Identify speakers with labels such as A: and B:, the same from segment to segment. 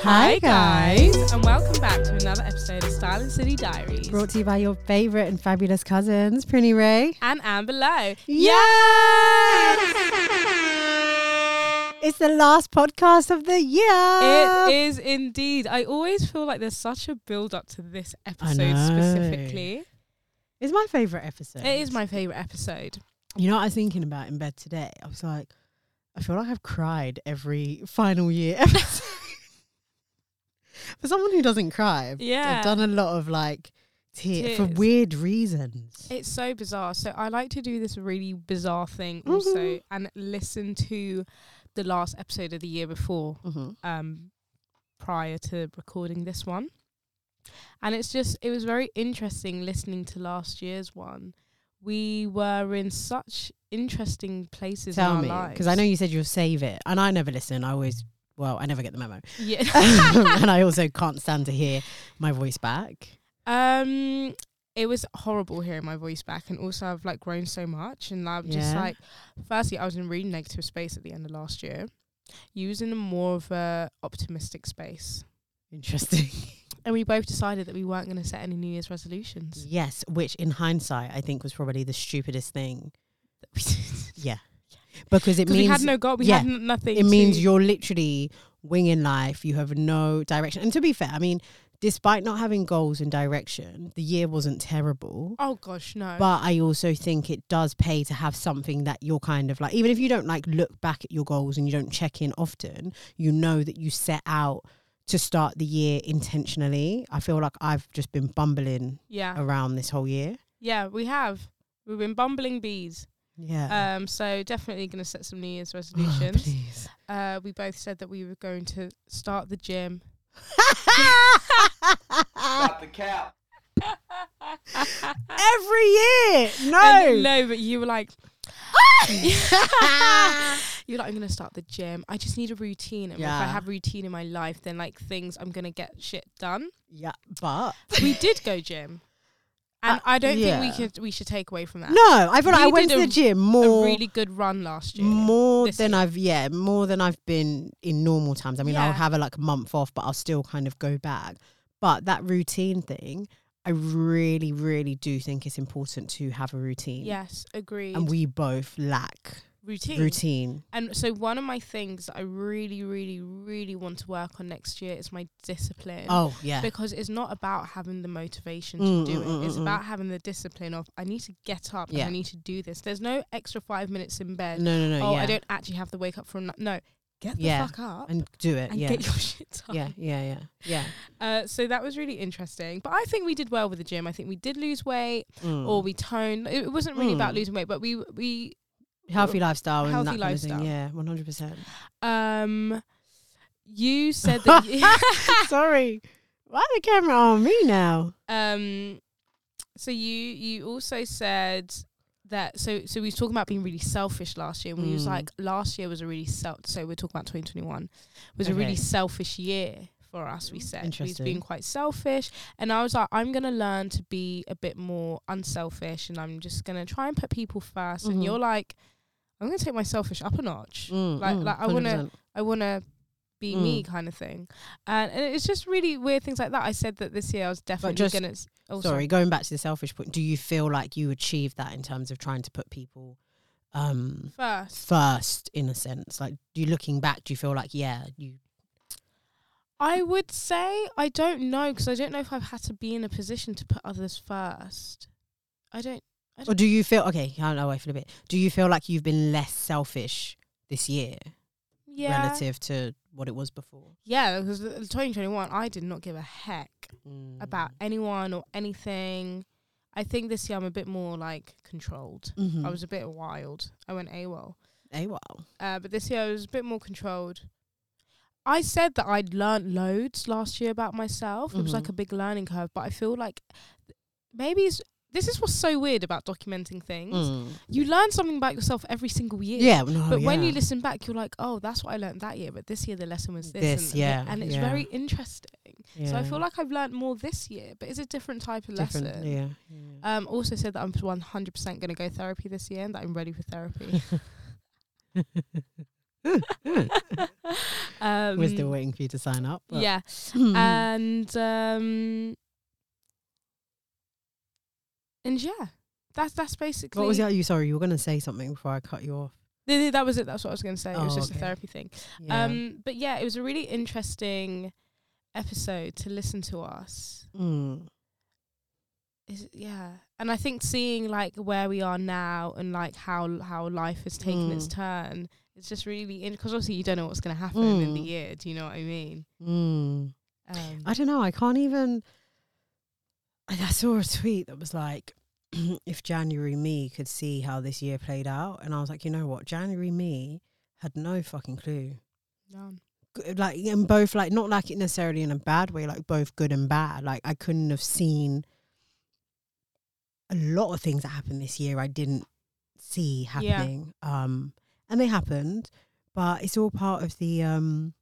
A: Hi, guys.
B: and welcome back to another episode of Style and City Diaries.
A: Brought to you by your favorite and fabulous cousins, Prinny Ray.
B: and Anne below.
A: Yes! It's the last podcast of the year.
B: It is indeed. I always feel like there's such a build up to this episode
A: know.
B: specifically.
A: It's my favorite episode.
B: It is my favorite episode.
A: You know what I was thinking about in bed today? I was like, I feel like I've cried every final year episode. For someone who doesn't cry, I've,
B: Yeah.
A: I've done a lot of like tears, for
B: Tears.
A: weird reasons.
B: It's so bizarre. So I like to do this really bizarre thing also
A: Mhm.
B: and listen to the last episode of the year before
A: Mhm.
B: um prior to recording this one. And it's just it was very interesting listening to last year's one. We were in such interesting places
A: Tell
B: in our
A: me,
B: lives.
A: because I know you said you'll save it, and I never listen. I always, well, I never get the memo.
B: Yeah.
A: and I also can't stand to hear my voice back.
B: um it was horrible hearing my voice back and also I've like grown so much and I'm just
A: Yeah.
B: like firstly I was in a really negative space at the end of last year. You was in a more of a optimistic space.
A: Interesting.
B: And we both decided that we weren't gonna set any New Year's resolutions.
A: yes, which in hindsight, I think was probably the stupidest thing Yeah. because it
B: Because we
A: means
B: had no goal, we
A: yeah.
B: had n- nothing.
A: it means
B: to-
A: you're literally winging life. You have no direction. And to be fair, I mean, despite not having goals and direction, the year wasn't terrible.
B: Oh gosh, no.
A: But I also think it does pay to have something that you're kind of like, even if you don't like look back at your goals and you don't check in often, you know that you set out to start the year intentionally. I feel like I've just been bumbling
B: yeah,
A: around this whole year.
B: yeah, we have. We've been bumbling bees.
A: Yeah.
B: Um, so definitely gonna set some New Year's
A: Oh,
B: resolutions.
A: please.
B: uh, we both said that we were going to start the gym.
A: Every year.
B: And
A: No.
B: no, but you were like, you're like, I'm gonna start the gym. I just need a routine, and if
A: Yeah.
B: I have routine in my life, then like things, I'm gonna get shit done.
A: yeah, but
B: we did go gym, and I don't
A: Uh, yeah.
B: think we could we should take away from that.
A: no, I feel like
B: We
A: I went
B: did
A: to
B: a-
A: the gym more
B: a really good run last year.
A: more
B: this
A: than
B: year.
A: I've yeah, more than I've been in normal times. I mean, I'll
B: Yeah.
A: have a like month off, but I'll still kind of go back. But that routine thing, I really, really do think it's important to have a routine.
B: Yes, agreed.
A: And we both lack
B: routine.
A: routine.
B: And so one of my things that I really, really, really want to work on next year is my discipline.
A: Oh yeah.
B: Because it's not about having the motivation to
A: Mm,
B: do
A: mm,
B: it.
A: mm,
B: it's
A: mm,
B: about having the discipline of I need to get up
A: Yeah.
B: and I need to do this. There's no extra five minutes in bed.
A: no, no, no.
B: oh,
A: yeah.
B: I don't actually have to wake up from no. Get the
A: Yeah.
B: fuck up and,
A: and do it. yeah.
B: get your shit done.
A: yeah. Yeah. Yeah. Yeah.
B: Uh, so that was really interesting. But I think we did well with the gym. I think we did lose weight.
A: Mm.
B: or we toned. It it wasn't really about
A: Mm.
B: losing weight, but we we
A: healthy lifestyle and
B: Healthy
A: that kind of
B: lifestyle.
A: thing. Yeah, one hundred percent.
B: um you said that you,
A: Sorry. Why the camera on me now?
B: um so you you also said that so so we was talking about being really selfish last year and we was
A: Mm.
B: like last year was a really self so we're talking about 2021 was a really
A: Okay.
B: selfish year for us we said we was
A: Interesting.
B: being quite selfish and I was like I'm going to learn to be a bit more unselfish and I'm just going to try and put people 1st and
A: Mhm.
B: you're like I'm going to take my selfish up a notch
A: Mm,
B: Like-
A: mm,
B: like, I
A: 100%.
B: wanna- I want to be me kind of thing. And, and it's just really weird things like that. I said that this year I was definitely
A: just-
B: going to. Oh,
A: sorry, going back to the selfish point, do you feel like you achieved that in terms of trying to put people um
B: First,
A: first in a sense? Like do you looking back, do you feel like yeah, you
B: I would say I don't know because I don't know if I've had to be in a position to put others first. I don't. I
A: or
B: don't
A: do you feel okay, I don't know, I feel a bit. Do you feel like you've been less selfish this year
B: yeah.
A: relative to what it was before?
B: Yeah, because
A: Mm.
B: 2021, I did not give a heck about anyone or anything. I think this year I'm a bit more like controlled.
A: Mm-hmm.
B: I was a bit wild. I went AWOL.
A: AWOL.
B: Uh, but this year I was a bit more controlled. I said that I'd learnt loads last year about myself. It was like
A: Mhm.
B: a big learning curve, but I feel like maybe it's, this is what's so weird about documenting things.
A: Mm.
B: You learn something about yourself every single year.
A: Yeah, no,
B: But when
A: yeah.
B: you listen back, you're like, oh, that's what I learnt that year. But this year, the lesson was this.
A: This,
B: and,
A: yeah,
B: And it's
A: yeah.
B: very interesting. So I
A: Yeah.
B: feel like I've learnt more this year, but it's a different type of
A: different.
B: lesson.
A: Yeah. yeah.
B: Um, also said that I'm 100% going to go therapy this year and that I'm ready for therapy. um,
A: We're still waiting for you to sign up. but- Hmm.
B: Yeah.
A: Mm-hmm.
B: And um, and yeah, that's that's basically.
A: what was that? You sorry, you were gonna say something before I cut you off.
B: No, no, that was it. That's what I was going to say. it was
A: Oh,
B: just
A: okay.
B: a therapy thing.
A: Yeah.
B: Um, but yeah, it was a really interesting episode to listen to us.
A: Mm.
B: is yeah and i think seeing like where we are now and like how how life has taken its
A: Mm.
B: turn it's just really in because obviously you don't know what's going to happen in the
A: Mm.
B: year do you know what i mean
A: Mm.
B: um,
A: I don't know. I can't even. I I saw a tweet that was like, if January me could see how this year played out, and I was like, you know what, January me had no fucking clue.
B: none.
A: G- Like, and both like not like it necessarily in a bad way, like both good and bad. Like I couldn't have seen a lot of things that happened this year. I didn't see
B: Yeah.
A: happening. Um, and they happened, but it's all part of the um,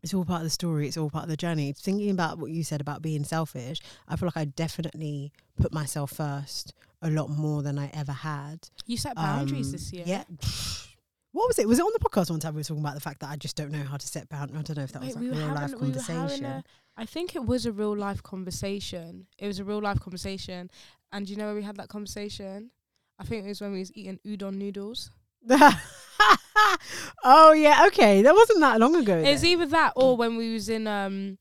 A: it's all part of the story. It's all part of the journey. Thinking about what you said about being selfish, I feel like I definitely put myself first a lot more than I ever had.
B: you set boundaries
A: Um,
B: this year
A: Yeah. What was it? Was it on the podcast one time we were talking about the fact that I just don't know how to set boundaries? I don't know if that
B: Wait,
A: was like a real life
B: we were having
A: conversation.
B: a, i think it was a real life conversation it was a real life conversation and do you know where we had that conversation i think it was when we was eating udon noodles
A: oh yeah, okay. That wasn't that long ago.
B: it's
A: then.
B: either that or
A: Mm.
B: when we was in um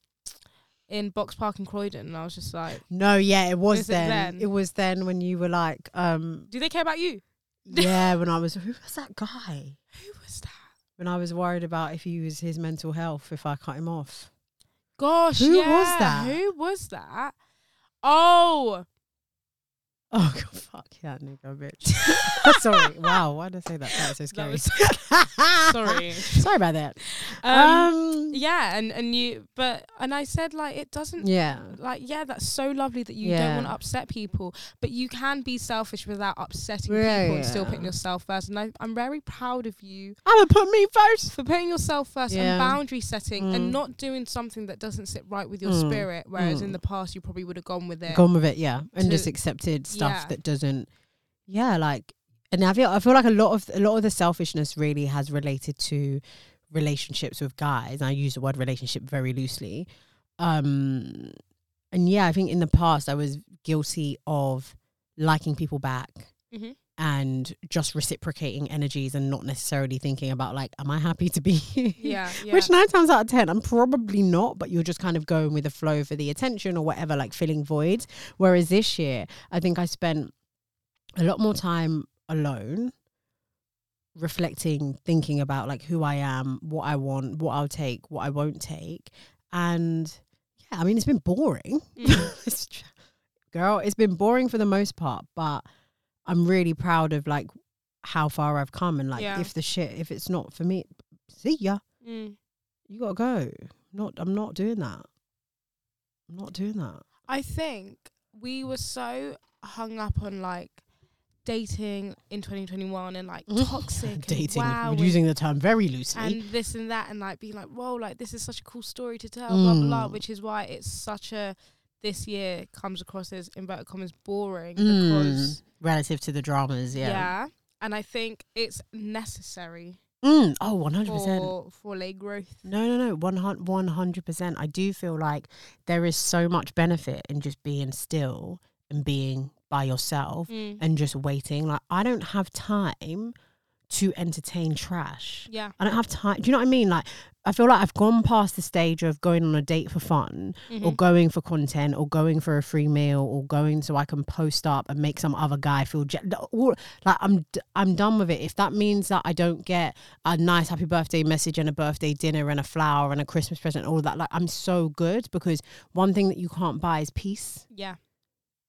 B: in box park in croydon and i was just like
A: No, yeah, it was
B: Is it
A: then.
B: then?
A: It was then when you were like, um,
B: do they care about you
A: yeah, when I was who was that guy?
B: who was that
A: When I was worried about if he was his mental health, if I cut him off.
B: Gosh,
A: Who was
B: yeah.
A: that?
B: Who was that? Oh,
A: Oh god, fuck yeah, nigga, bitch. Sorry. Wow, why did I say that? That was so
B: That
A: scary.
B: was- sorry.
A: Sorry about that.
B: Um,
A: Um,
B: yeah, and and you, but and I said like it doesn't.
A: yeah.
B: Like yeah, that's so lovely that you don't
A: Yeah.
B: want to upset people, but you can be selfish without upsetting
A: Yeah,
B: people and still
A: yeah.
B: putting yourself first. And I, I'm very proud of you
A: I'm gonna put me first.
B: for putting yourself first
A: Yeah.
B: and boundary setting and
A: Mm.
B: not doing something that doesn't sit right with your
A: Mm.
B: spirit. Whereas in
A: Mm.
B: the past you probably would have gone with it.
A: Gone with it, yeah, and
B: To-
A: just accepted stuff
B: yeah.
A: that doesn't. Yeah, like, and I feel I feel like a lot of a lot of the selfishness really has related to relationships with guys. And I use the word relationship very loosely. Um, and yeah, I think in the past I was guilty of liking people back
B: Mhm.
A: and just reciprocating energies and not necessarily thinking about like, am I happy to be here?
B: Yeah, yeah.
A: Which nine times out of ten, I'm probably not, but you're just kind of going with the flow for the attention or whatever, like filling voids. Whereas this year, I think I spent a lot more time alone, reflecting, thinking about like who I am, what I want, what I'll take, what I won't take. And yeah, I mean, it's been boring.
B: Mm.
A: It's tr- Girl, it's been boring for the most part, but I'm really proud of like how far I've come and like
B: Yeah.
A: if the shit, if it's not for me, see ya
B: Mm.
A: you gotta go. Not, I'm not doing that. I'm not doing that.
B: I think we were so hung up on like dating in 2021 and like toxic and
A: dating.
B: wow,
A: We're using the term very loosely.
B: and this and that and like being like, whoa, like this is such a cool story to tell, blah blah blah,
A: Mm.
B: which is why it's such a this year comes across as inverted commas boring
A: Mm.
B: because
A: relative to the dramas,
B: yeah.
A: yeah.
B: and I think it's necessary
A: Mm. Oh, one hundred percent. Mm.
B: for for lay growth.
A: No, no, no. One hun- one hundred percent. I do feel like there is so much benefit in just being still and being by yourself
B: Mm.
A: and just waiting. Like I don't have time to entertain trash.
B: Yeah,
A: I don't have time. Do you know what I mean? Like, I feel like I've gone past the stage of going on a date for fun or going for content or going for a free meal or going so I can post up and make some other guy feel je- all, like I'm d- I'm done with it. If that means that I don't get a nice happy birthday message and a birthday dinner and a flower and a Christmas present, all that, like I'm so good because one thing that you can't buy is peace.
B: yeah,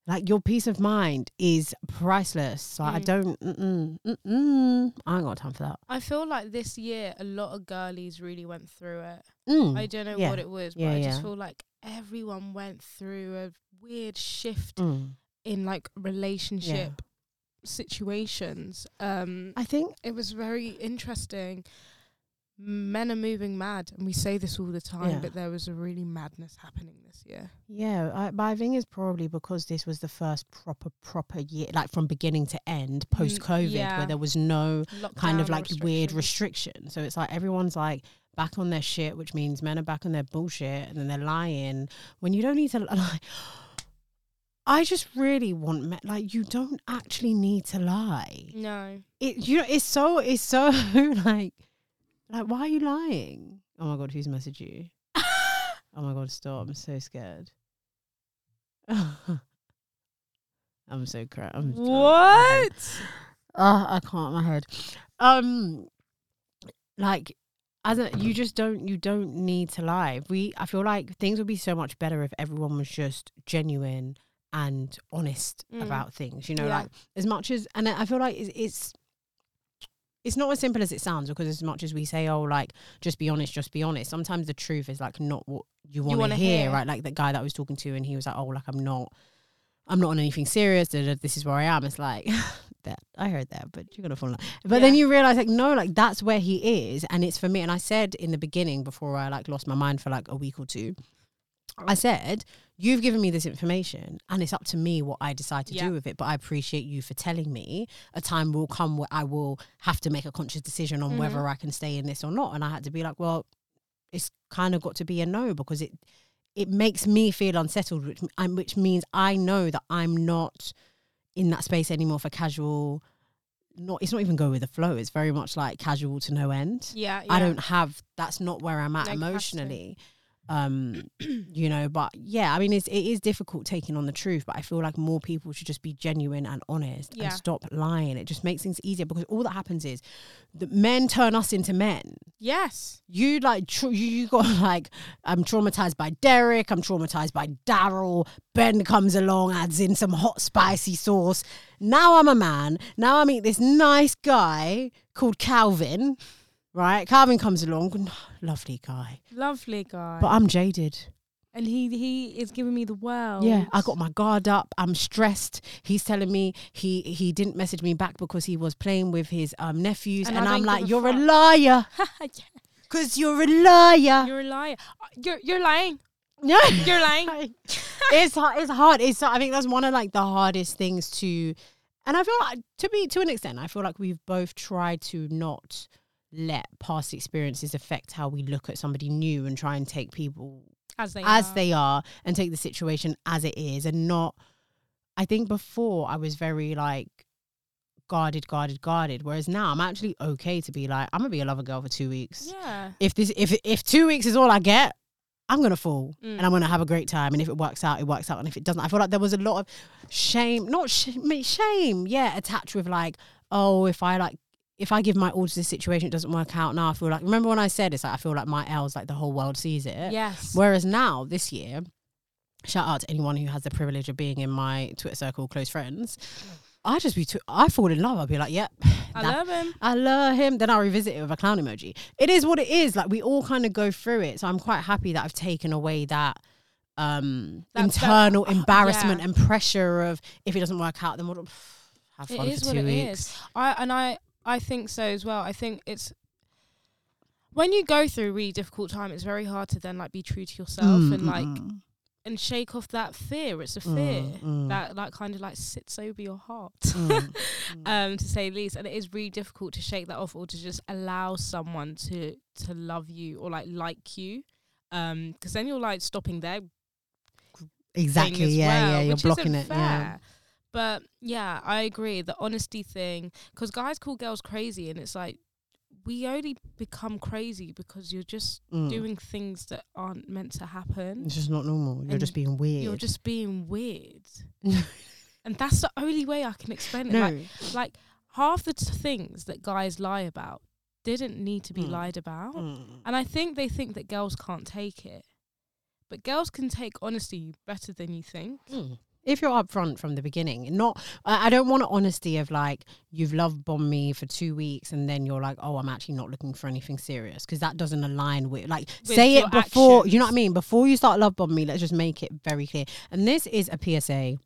A: Like your peace of mind is priceless. So I
B: Mm.
A: don't. Mm-mm, mm-mm, I ain't got time for that.
B: I feel like this year a lot of girlies really went through it.
A: Mm.
B: I don't know
A: Yeah.
B: what it was, but
A: Yeah,
B: I just
A: yeah.
B: feel like everyone went through a weird shift
A: mm.
B: in like relationship situations. Um
A: I think
B: it was very interesting. Men are moving mad, and we say this all the time,
A: Yeah.
B: but there was a really madness happening this year.
A: Yeah, I, but I think it's probably because this was the first proper proper year, like from beginning to end, post COVID,
B: Mm, yeah.
A: where there was no kind of
B: Lockdown
A: like weird
B: restrictions.
A: restriction. So it's like everyone's like back on their shit, which means men are back on their bullshit, and then they're lying when you don't need to. Like, I just really want men. Like, you don't actually need to lie.
B: No,
A: It you know it's so it's so like like why are you lying? Oh my god, who's messaged you? Oh my god, stop! I'm so scared. I'm so crap. I'm I'm- I'm- Ah, I can't. My head. Um, like, as a, you just don't, you don't need to lie. We, I feel like things would be so much better if everyone was just genuine and honest
B: Mm.
A: about things. You know,
B: Yeah.
A: like as much as, and I I feel like it's. it's it's not as simple as it sounds because as much as we say, oh, like just be honest, just be honest. Sometimes the truth is like not what you want
B: wanna
A: to hear,
B: hear.
A: right? Like that guy that I was talking to, and he was like, oh, like I'm not, I'm not on anything serious. Da, da, this is where I am. It's like that I heard that, but you're gonna fall in love. But then
B: Yeah.
A: you realize, like, no, like that's where he is, and it's for me. And I said in the beginning before I like lost my mind for like a week or two, I said, "You've given me this information, and it's up to me what I decide to
B: Yeah.
A: do with it." But I appreciate you for telling me. A time will come where I will have to make a conscious decision on whether I can stay in this or not. And I had to be like, well, it's kind of got to be a no because it it makes me feel unsettled, which m- and which means I know that I'm not in that space anymore for casual. Not it's not even go with the flow. It's very much like casual to no end.
B: Yeah,
A: I
B: yeah.
A: don't have. That's not where I'm at
B: No capacity.
A: emotionally. Um, you know, but yeah, I mean, it's it is difficult taking on the truth, but I feel like more people should just be genuine and honest
B: Yeah.
A: and stop lying. It just makes things easier because all that happens is that men turn us into men
B: Yes.
A: you like tr- you, you got like I'm traumatized by Derek, I'm traumatized by Daryl. Ben comes along, adds in some hot spicy sauce. Now I'm a man. Now I meet this nice guy called Calvin. Right, Calvin comes along, lovely guy,
B: Lovely guy.
A: but I'm jaded.
B: and he he is giving me the world.
A: Yeah, I got my guard up. I'm stressed. He's telling me he he didn't message me back because he was playing with his um nephews,
B: And
A: and,
B: I don't
A: I'm
B: give
A: like,
B: a
A: you're a
B: fuck."
A: liar, cause you're a liar.
B: You're a liar. Uh, You're you're lying.
A: Yeah.
B: You're lying.
A: it's hard. It's hard. It's. I think that's one of like the hardest things to, and I feel like to be to an extent, I feel like we've both tried to not let past experiences affect how we look at somebody new and try and take people
B: As they
A: as
B: are.
A: they are and take the situation as it is and not. I think before I was very like guarded, guarded, guarded. Whereas now I'm actually okay to be like I'm gonna be a lover girl for two weeks
B: Yeah.
A: if this if if two weeks is all I get, I'm gonna fall
B: Mm.
A: and I'm gonna have a great time. And if it works out, it works out. And if it doesn't, I feel like there was a lot of shame, not shame, shame, yeah, attached with like, oh, if I like. If I give my all to this situation, it doesn't work out now. I feel like remember when I said it's like I feel like my L's like the whole world sees it.
B: Yes.
A: Whereas now, this year, shout out to anyone who has the privilege of being in my Twitter circle, close friends. I just be too, I fall in love. I'll be like, yep,
B: Mm. I
A: that-
B: love him.
A: I love him. Then I'll revisit it with a clown emoji. It is what it is. Like we all kind of go through it. So I'm quite happy that I've taken away that um
B: That- that-
A: internal
B: uh,
A: embarrassment
B: yeah.
A: and pressure of if it doesn't work out, then what have
B: It
A: fun
B: is
A: for
B: what
A: two
B: it
A: weeks.
B: is. I and I I think so as well. I think it's when you go through a really difficult time, it's very hard to then like be true to yourself and like
A: Mm,
B: and shake off that fear. It's a
A: mm,
B: fear
A: mm,
B: that like kind of like sits over your heart.
A: mm.
B: um, to say the least. And it is really difficult to shake that off or to just allow someone to to love you or like like you. Um, because then you're like stopping their thing
A: exactly.
B: as
A: Yeah,
B: well,
A: yeah. You're
B: which
A: blocking
B: isn't
A: it. Yeah.
B: fair. But yeah, I agree. The honesty thing, because guys call girls crazy, and it's like we only become crazy because you're just
A: Mm.
B: doing things that aren't meant to happen.
A: It's just not normal. You're
B: And
A: just being weird.
B: You're just being weird, and that's the only way I can explain it.
A: no.
B: Like, like half the t- things that guys lie about didn't need to be
A: Mm.
B: lied about
A: Mm.
B: and i think they think that girls can't take it but girls can take honesty better than you think
A: Mm. If you're upfront from the beginning, not I I don't want an honesty of like you've love bombed me for two weeks and then you're like, oh, I'm actually not looking for anything serious because that doesn't align with like
B: With
A: say
B: your
A: it before you know what I
B: actions.
A: mean. Before you start love bombing me, let's just make it very clear. And this is a PSA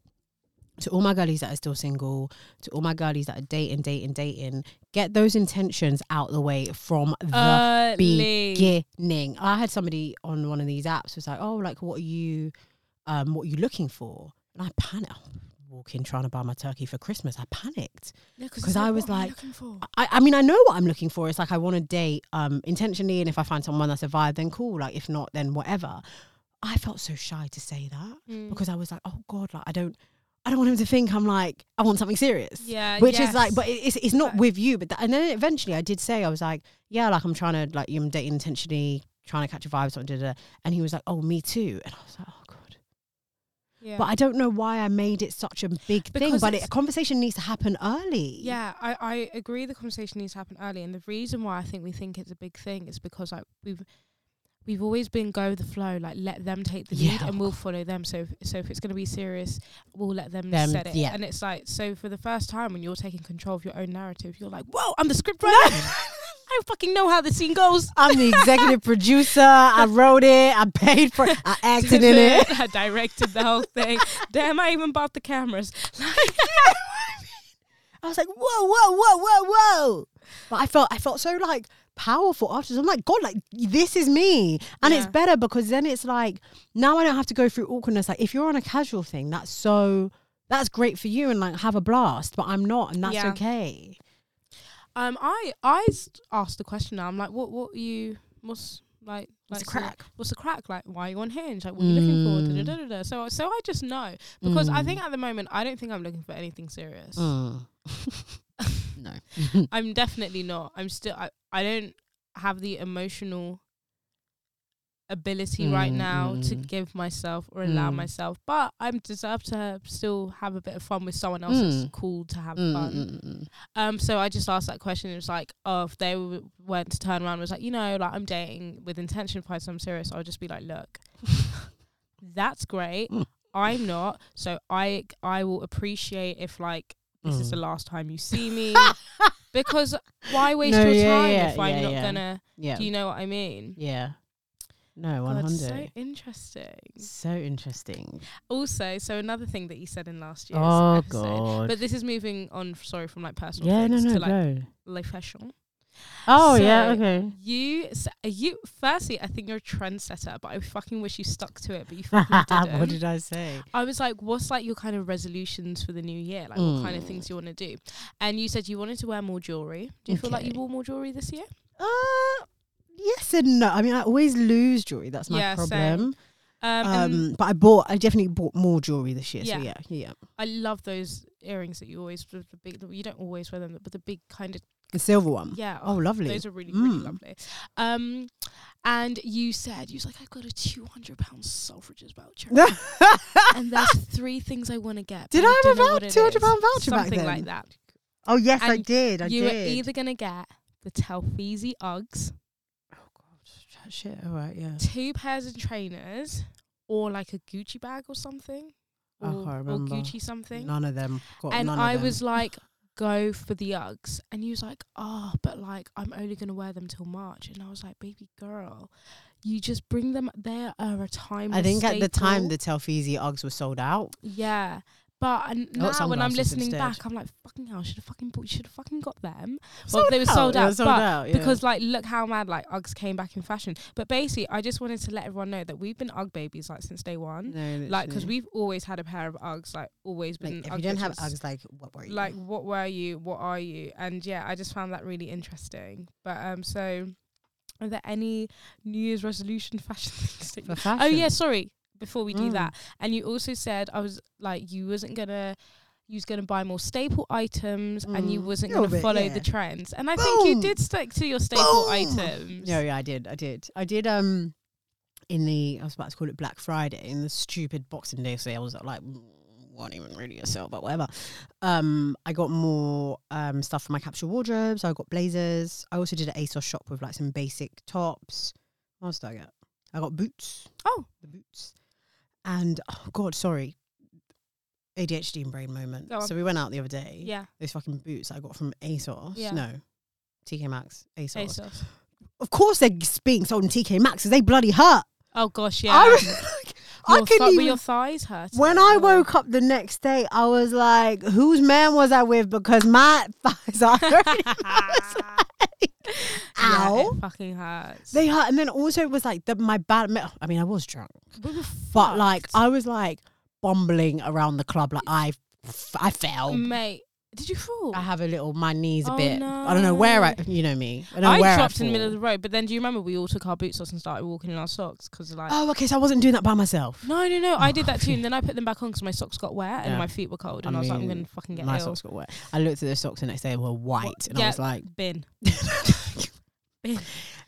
A: to all my girlies that are still single, to all my girlies that are dating, dating, dating. Get those intentions out the way from the
B: Oh, Early.
A: beginning. I had somebody on one of these apps was like, "Oh, like what are you, um, what are you looking for?" And I panicked. Walking trying to buy my turkey for Christmas, I panicked.
B: Yeah,
A: 'Cause
B: it's
A: I was
B: what am I
A: like,
B: looking for?
A: I, I mean, I know what I'm looking for. It's like I want to date um, intentionally, and if I find someone that's a vibe, then cool. Like if not, then whatever. I felt so shy to say that
B: Mm.
A: because I was like, oh god, like I don't, I don't want him to think I'm like I want something serious.
B: yeah,
A: Which is like,
B: Uh, yes.
A: but it- it's it's not
B: Right.
A: with you. But that, and then eventually, I did say I was like, yeah, like I'm trying to like I'm dating intentionally, trying to catch a vibe, something. Da, da, da. And he was like, oh, me too. And I was like, oh god.
B: yeah.
A: But I don't know why I made it such a big thing.
B: Because
A: But it,
B: it's-
A: a conversation needs to happen early.
B: Yeah, I, I agree the conversation needs to happen early and the reason why I think we think it's a big thing is because like we've we've always been go with the flow, like let them take the lead
A: Yeah.
B: and we'll follow them. So if, so if it's gonna be serious, we'll let them,
A: Them,
B: set it.
A: yeah.
B: And it's like so for the first time when you're taking control of your own narrative, you're like, Whoa, I'm the script writer I fucking know how the scene goes.
A: I'm the executive producer. I wrote it. I paid for it. I acted in it.
B: I directed the whole thing. Damn, I even bought the cameras.
A: I was like, whoa, whoa, whoa, whoa, whoa. But I felt I felt so like powerful afterwards. I'm like, God, like this is me. And it's
B: Yeah.
A: better because then it's like now I don't have to go through awkwardness. Like if you're on a casual thing, that's so that's great for you and like have a blast. But I'm not, and that's
B: Yeah.
A: okay.
B: Um, I I s- asked the question. Now. I'm like, what what you what's like
A: What's
B: like
A: the crack?
B: What's the crack? Like, why are you on Hinge? Like, what are you looking for?
A: Mm.
B: Da, da, da, da, da. So so I just know because I
A: Mm.
B: think at the moment I don't think I'm looking for anything serious.
A: Mm. no.
B: I'm definitely not. I'm still. I I don't have the emotional ability right
A: Mm,
B: now to
A: mm.
B: give myself or allow
A: Mm.
B: myself, but I'm deserve to still have a bit of fun with someone else. It's
A: Mm.
B: cool to have
A: Mm,
B: fun.
A: mm, mm,
B: Um, so I just asked that question. It was like, oh, if they w- went to turn around, and was like, you know, like I'm dating with intention to find someone serious. I'll just be like, look, that's great.
A: Mm.
B: I'm not, so I I will appreciate if like this is
A: Mm.
B: the last time you see me
A: mm.
B: because why waste
A: No,
B: your
A: yeah,
B: time
A: yeah,
B: if I'm
A: yeah,
B: not
A: yeah.
B: gonna?
A: yeah.
B: Do you know what I mean?
A: yeah. No, one
B: God,
A: hundred.
B: so interesting.
A: So interesting.
B: Also, so another thing that you said in last year's
A: Oh
B: episode,
A: god.
B: but this is moving on. Sorry, from like personal
A: yeah, no,
B: things
A: no,
B: to like
A: go.
B: life fashion.
A: Oh yeah,
B: So,
A: okay.
B: You, s- you. Firstly, I think you're a trendsetter, but I fucking wish you stuck to it. But you fucking didn't.
A: what did I say?
B: I was like, "What's like your kind of resolutions for the new year? Like, what kind of
A: Mm.
B: things you want to do?" And you said you wanted to wear more jewelry. Do you feel like you
A: Okay.
B: wore more jewelry this year?
A: Uh, yes and no. I mean, I always lose jewelry. That's my
B: Yeah, same.
A: problem.
B: Um, and
A: Um, but I bought. I definitely bought more jewelry this year.
B: Yeah.
A: So yeah, yeah.
B: I love those earrings that you always the the big. You don't always wear them, but the big kind of
A: The silver one.
B: yeah.
A: Oh, lovely.
B: Those are really really
A: Mm.
B: lovely. Um, and you said you was like, "I've got a two hundred pound Selfridges voucher." and there's three things I want to get.
A: Did
B: but
A: I
B: don't
A: have a
B: know what
A: vou-
B: it
A: £200
B: is.
A: voucher back
B: Something
A: then?
B: like that.
A: oh yes, I
B: And
A: did. I
B: you were
A: did.
B: either gonna get the Telfeezy Uggs,
A: Shit. All right. Yeah.
B: two pairs of trainers, or like a Gucci bag or something,
A: Oh, I
B: or,
A: can't
B: or
A: remember.
B: Gucci something.
A: None of them. Got
B: and
A: none
B: I
A: of them.
B: was like, "Go for the Uggs," and he was like, "Oh, but like I'm only gonna wear them till March," and I was like, "Baby girl." You just bring them. There are a time.
A: I think at the time
B: staple.
A: the Telfeezy Uggs were sold out.
B: Yeah. But and
A: I got
B: now when I'm
A: sunglasses
B: listening
A: instead.
B: back, I'm like, fucking hell, should have fucking bought, should have fucking got them.
A: Sold
B: they were
A: out,
B: sold
A: they were
B: out,
A: sold
B: but
A: out, yeah.
B: Because like, look how mad like Uggs came back in fashion. But basically, I just wanted to let everyone know that we've been Ugg babies like since day one.
A: No,
B: Like, because
A: literally.
B: we've always had a pair of Uggs, like always
A: Like,
B: been.
A: if
B: Ugg
A: you don't have
B: bitches.
A: Uggs, like what were you?
B: like what were you? What are you? And yeah, I just found that really interesting. But um, so are there any New Year's resolution fashion things that you
A: for fashion.
B: Oh yeah, sorry. Before we do
A: Mm.
B: that, and you also said I was like you wasn't gonna, you was gonna buy more staple items, and you
A: Mm.
B: wasn't
A: Little
B: gonna
A: bit,
B: follow
A: yeah.
B: the trends. And I think you
A: Boom.
B: did stick to your staple
A: Boom.
B: items.
A: No, yeah, I did. I did. I did. Um, in the I was about to call it Black Friday in the stupid Boxing Day sales that like weren't even really a sale, but whatever. Um, I got more um stuff for my capsule wardrobe. So I got blazers. I also did an ASOS shop with like some basic tops. What else did I get? I got boots.
B: Oh.
A: the boots. And oh god, sorry. ADHD and brain moment.
B: Go on.
A: So we went out the other day.
B: Yeah.
A: Those fucking boots I got from ASOS.
B: Yeah.
A: No. TK Maxx, ASOS.
B: ASOS.
A: Of course they're being sold in TK Maxx 'cause they bloody hurt.
B: Oh gosh, yeah.
A: I was like, I
B: Your
A: couldn't
B: thigh- were
A: even
B: your thighs hurt. Oh.
A: When I woke up the next day, I was like, whose man was I with? Because my thighs are hurting.
B: Yeah,
A: Ow.
B: it fucking hurts.
A: They hurt. And then also it was like the, my bad. I mean, I was drunk,
B: We were
A: but like
B: fucked.
A: I was like bumbling around the club. Like I, I fell.
B: mate, did you fall?
A: I have a little, my knees a
B: Mm. Oh,
A: bit. I don't know where I,
B: no.
A: you know me. I don't know
B: I
A: where
B: dropped
A: I
B: in the middle of
A: fall.
B: the road, but then do you remember we all took our boots off and started walking in our socks because like
A: Oh, okay. So I wasn't doing that by myself.
B: no no no I did that too and then I put them back on because my socks got wet and
A: Yeah.
B: my feet were cold and I, was like I'm
A: mean,
B: gonna fucking get
A: my
B: ill.
A: socks got wet. I looked at the socks the next day; they were white, and I
B: Yeah.
A: was like,
B: Bin.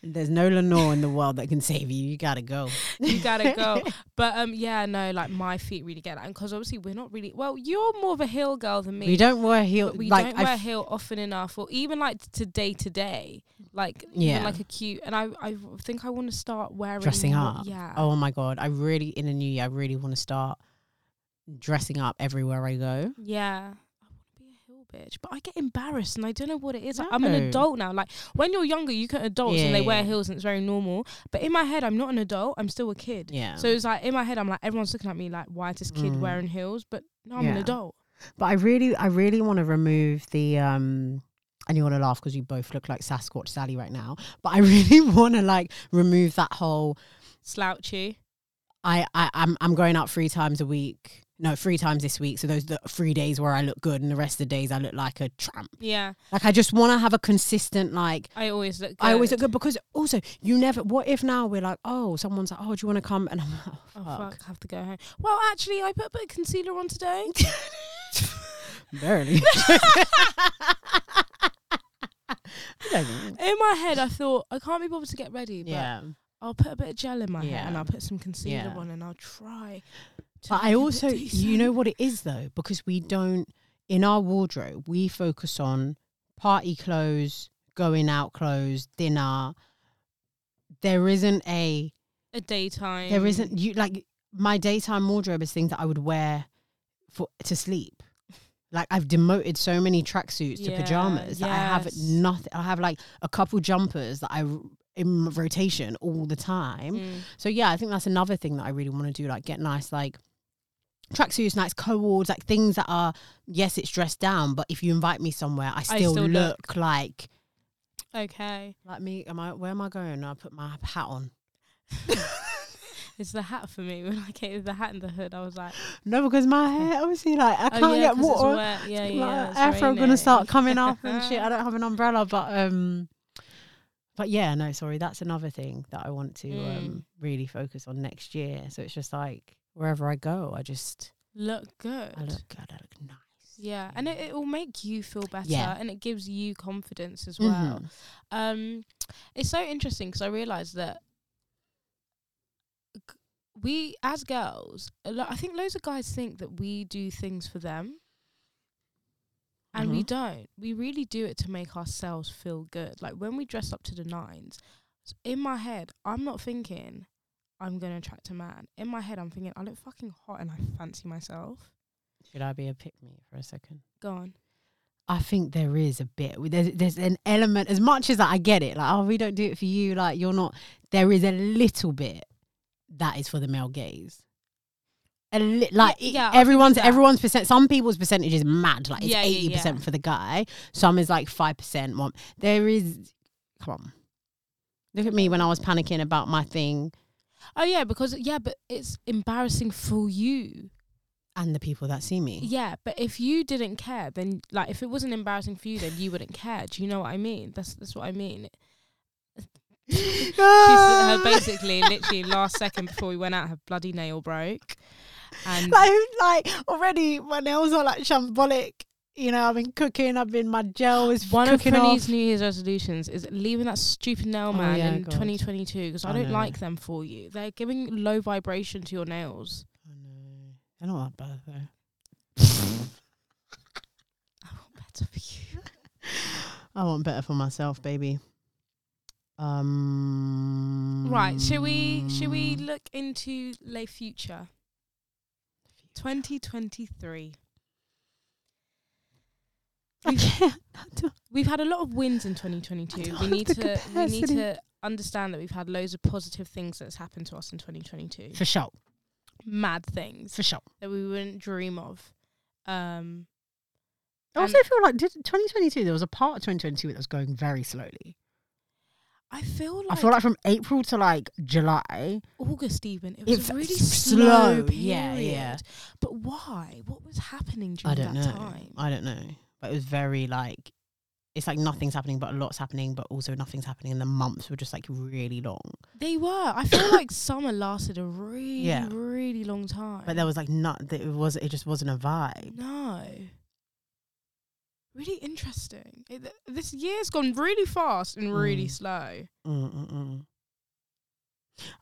A: "There's no Lenore in the world that can save you. You gotta go."
B: You gotta go. but um yeah no like my feet really get that because obviously we're not really well you're more of a heel girl than me.
A: We don't wear heel.
B: but we
A: like
B: don't
A: I
B: wear
A: f-
B: heel often enough or even like to day to day like yeah
A: Yeah.
B: like a cute and I I think I want to start wearing
A: dressing
B: more-
A: up.
B: yeah
A: Oh my god! I really in the new year. I really want to start dressing up everywhere I go.
B: Yeah. I want to be a hill bitch, but I get embarrassed and I don't know what it is. Like, I'm an
A: No.
B: adult now. Like when you're younger, you can adults and
A: Yeah,
B: they wear
A: yeah.
B: heels and it's very normal. But in my head, I'm not an adult. I'm still a kid.
A: Yeah.
B: So it's like in my head, I'm like everyone's looking at me like, why is this kid
A: Mm.
B: wearing heels? But no, I'm an
A: Yeah.
B: adult.
A: But I really, I really want to remove the. um and you want to laugh because you both look like Sasquatch Sally right now. But I really want to like remove that whole.
B: Slouchy.
A: I, I I'm I'm going out three times a week. No, three times this week. So those the three days where I look good, and the rest of the days I look like a tramp.
B: Yeah.
A: Like I just want to have a consistent like.
B: I always look. Good.
A: I always look good because also you never. What if now we're like, oh, someone's like, oh, do you want to come? And I'm like, oh,
B: Oh
A: fuck.
B: fuck! I have to go home. Well, actually, I put a bit of concealer on today.
A: barely. yeah,
B: in my head, I thought I can't be bothered to get ready. But I'll put a bit of gel in my hair
A: Yeah.
B: and I'll put some concealer
A: Yeah.
B: on and I'll try. to
A: but
B: look a
A: I
B: bit
A: also, you
B: decent.
A: know what it is though, because we don't in our wardrobe we focus on party clothes, going out clothes, dinner. There isn't a
B: a daytime.
A: there isn't you like my daytime wardrobe is things that I would wear for to sleep. Like I've demoted so many tracksuits to
B: Yeah,
A: pajamas that I have
B: yes.
A: nothing. I have like a couple jumpers that I r- in rotation all the time.
B: Mm.
A: So yeah, I think that's another thing that I really want to do. Like get nice like tracksuits, nice co-ords, like things that are yes, it's dressed down, but if you invite me somewhere, I still,
B: still
A: look,
B: look.
A: like
B: Okay.
A: like me. Am I where am I going? I put my hat on.
B: It's the hat for me. When I came with the hat and the hood, I was like,
A: No, because my hair obviously like I
B: oh,
A: can't
B: yeah,
A: get
B: 'cause it's
A: water.
B: wet. Yeah, yeah.
A: my
B: it's
A: afro gonna start
B: raining.
A: coming off and shit. I don't have an umbrella, but um, but yeah, no, sorry, that's another thing that I want to um really focus on next year. So it's just like wherever I go, I just
B: Look good.
A: I look good, I look nice.
B: Yeah, and it, it will make you feel better,
A: Yeah.
B: and it gives you confidence as well.
A: Mhm.
B: Um, it's so interesting because I realized that g- we, as girls, a lo- I think loads of guys think that we do things for them. And we
A: Mhm.
B: don't. We really do it to make ourselves feel good. Like when we dress up to the nines, s- in my head, I'm not thinking I'm going to attract a man. In my head, I'm thinking I look fucking hot and I fancy myself.
A: Should I be a pick me for a second?
B: Go on.
A: I think there is a bit. There's there's an element as much as I get it. Like oh, we don't do it for you. Like you're not. There is a little bit that is for the male gaze. A li- like
B: yeah,
A: it-
B: I'll give you
A: everyone's
B: that.
A: everyone's percent. Some people's percentage is mad. Like it's
B: Yeah, yeah,
A: eighty percent
B: yeah.
A: for the guy. Some is like five percent. One there is. Come on, look at me when I was panicking about my thing
B: Oh, yeah, because, yeah, but it's embarrassing for you.
A: and the people that see me.
B: Yeah, but if you didn't care, then, like, if it wasn't embarrassing for you, then you wouldn't care. Do you know what I mean? That's, that's what I mean.
A: She's
B: She's her basically, literally, last second before we went out, her bloody nail broke. And
A: like, like already my nails are like shambolic. You know, I've been cooking. I've been my gel is
B: One of
A: cooking off.
B: Freddie's New Year's resolutions is leaving that stupid nail
A: Oh,
B: man
A: yeah,
B: in
A: God.
B: 2022 because I,
A: I
B: don't
A: know.
B: like them for you. They're giving low vibration to your nails.
A: Oh, no. They're not that bad though.
B: I want better for you.
A: I want better for myself, baby. Um. Mm.
B: Right, should we should we look into lay future? 2023.
A: I can't. I don't-
B: We've had a lot of wins in
A: I
B: 2022.
A: don't
B: We
A: have
B: need
A: the
B: to we need
A: capacity.
B: to understand that we've had loads of positive things that's happened to us in 2022.
A: For sure.
B: Mad things
A: For sure.
B: that we wouldn't dream of. Um,
A: I also feel like did 2022, there was a part of 2022 that was going very slowly.
B: I feel like,
A: I feel like from April to like July,
B: August even it
A: It
B: was a
A: felt
B: really
A: s-
B: slow,
A: slow, yeah,
B: period.
A: yeah.
B: But why? What was happening during
A: I don't
B: that
A: know.
B: time?
A: I don't know. But it was very like, it's like nothing's happening, but a lot's happening, but also nothing's happening. And the months were just like really long.
B: They were. I feel like summer lasted a really,
A: Yeah.
B: really long time.
A: But there was like not that it was it just wasn't a vibe.
B: no. Really interesting. It, th- this year's gone really fast and really
A: Mm.
B: slow.
A: Mm-mm-mm.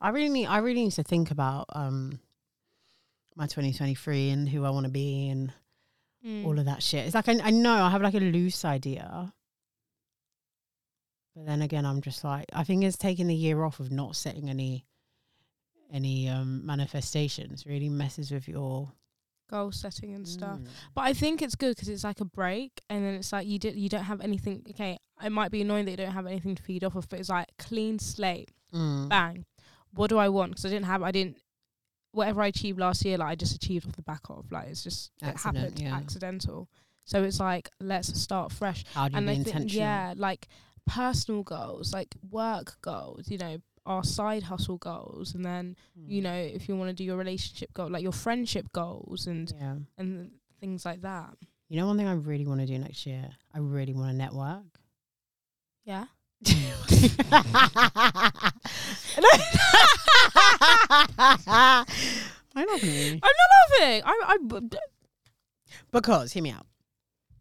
A: I really need I really need to think about um my 2023 and who I want to be and
B: Mm.
A: all of that shit. It's like I, I know I have like a loose idea. But then again, I'm just like I think it's taking the year off of not setting any any um manifestations really messes with your
B: goal setting and stuff.
A: Mm.
B: But I think it's good 'cause it's like a break, and then it's like you did you don't have anything. Okay, it might be annoying that you don't have anything to feed off of, but it's like clean slate,
A: Mm.
B: bang. What do I want? 'Cause I didn't have, I didn't. Whatever I achieved last year, like I just achieved off the back of, like it's just
A: Accident,
B: it happened,
A: yeah.
B: accidental. So it's like let's start fresh.
A: How do you
B: and
A: be
B: I
A: intentional?
B: think yeah, like personal goals, like work goals, you know, our side hustle goals, and then
A: Mm.
B: you know if you want to do your relationship goal, like your friendship goals, and
A: yeah.
B: and things like that.
A: You know, one thing I really want to do next year, I really want to network.
B: Yeah.
A: I love me.
B: I'm not laughing. I, I,
A: Because, hear me out.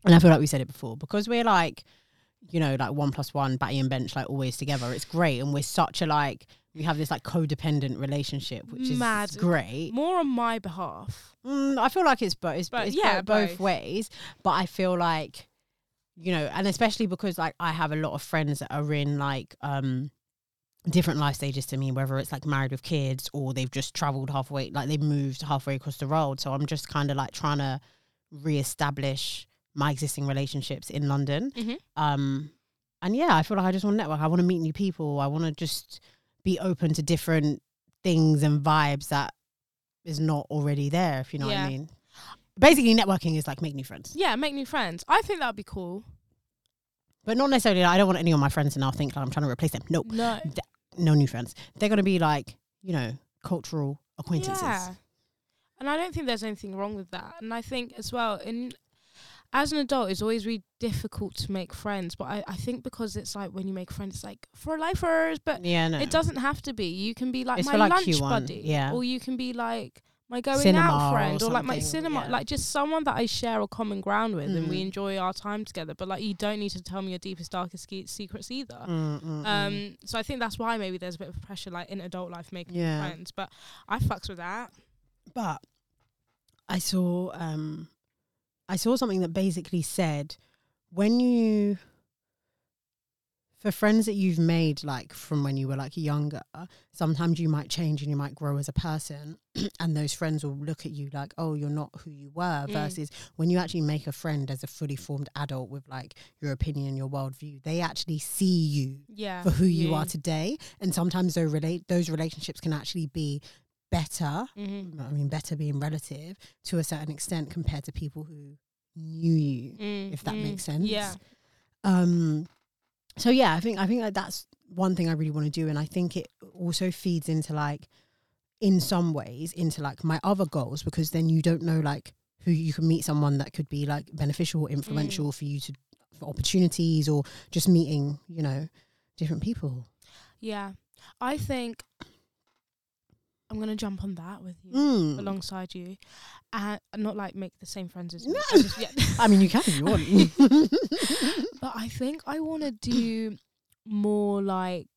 A: And I feel like we said it before, because we're like, you know, like one plus one, batty and bench, like always together. It's great. And we're such a like, we have this like codependent relationship, which is
B: Mad.
A: great.
B: more on my behalf.
A: Mm, I feel like it's both. It's,
B: But
A: it's
B: yeah,
A: yeah, both,
B: both.
A: ways. But I feel like, you know, and especially because like I have a lot of friends that are in like um different life stages to me, whether it's like married with kids or they've just traveled halfway, like they moved halfway across the road. So I'm just kind of like trying to reestablish my existing relationships in London.
B: Mhm.
A: Um, and yeah, I feel like I just want to network. I want to meet new people. I want to just be open to different things and vibes that is not already there. If you know what
B: Yeah.
A: I mean. Basically, networking is like make new friends,
B: Yeah, make new friends. I think that'd be cool.
A: but not necessarily. Like, I don't want any of my friends to now think like I'm trying to replace them. Nope,
B: No.
A: no new friends. They're gonna be like you know cultural acquaintances.
B: Yeah. And I don't think there's anything wrong with that. And I think as well, in as an adult, it's always really difficult to make friends. But I, I think because it's like when you make friends, it's like for lifers, but
A: Yeah, no.
B: it doesn't have to be. You can be like
A: It's
B: my
A: for, like,
B: lunch
A: Q1,
B: buddy.
A: yeah.
B: Or you can be like my going
A: Cinema
B: out
A: or
B: friend or, like my
A: something,
B: cinema
A: yeah.
B: like just someone that I share a common ground with and we
A: Mm.
B: enjoy our time together. But like you don't need to tell me your deepest, darkest ske- secrets either.
A: Mm, mm, mm.
B: Um, so I think that's why maybe there's a bit of pressure, like in adult life, making
A: Yeah.
B: friends. But I fucks with that.
A: but I saw um I saw something that basically said when you for friends that you've made like from when you were like younger, sometimes you might change and you might grow as a person and those friends will look at you like, oh, you're not who you were
B: Mm.
A: versus when you actually make a friend as a fully formed adult with like your opinion, your worldview, they actually see you
B: Yeah.
A: for who you are today. And sometimes those relate those relationships can actually be better
B: Mm-hmm.
A: I mean, better being relative to a certain extent compared to people who knew you.
B: Mm,
A: If that
B: mm,
A: makes sense.
B: Yeah.
A: Um, so yeah, I think I think like that's one thing I really want to do, and I think it also feeds into like, in some ways, into like my other goals because then you don't know like who you can meet someone that could be like beneficial, influential
B: Mm.
A: for you to for opportunities or just meeting you know different people.
B: Yeah. I think I'm gonna jump on that with you
A: Mm.
B: alongside you, and not like make the same friends as me.
A: No.
B: I just- yeah.
A: I mean, you can if you want.
B: But I think I want to do more like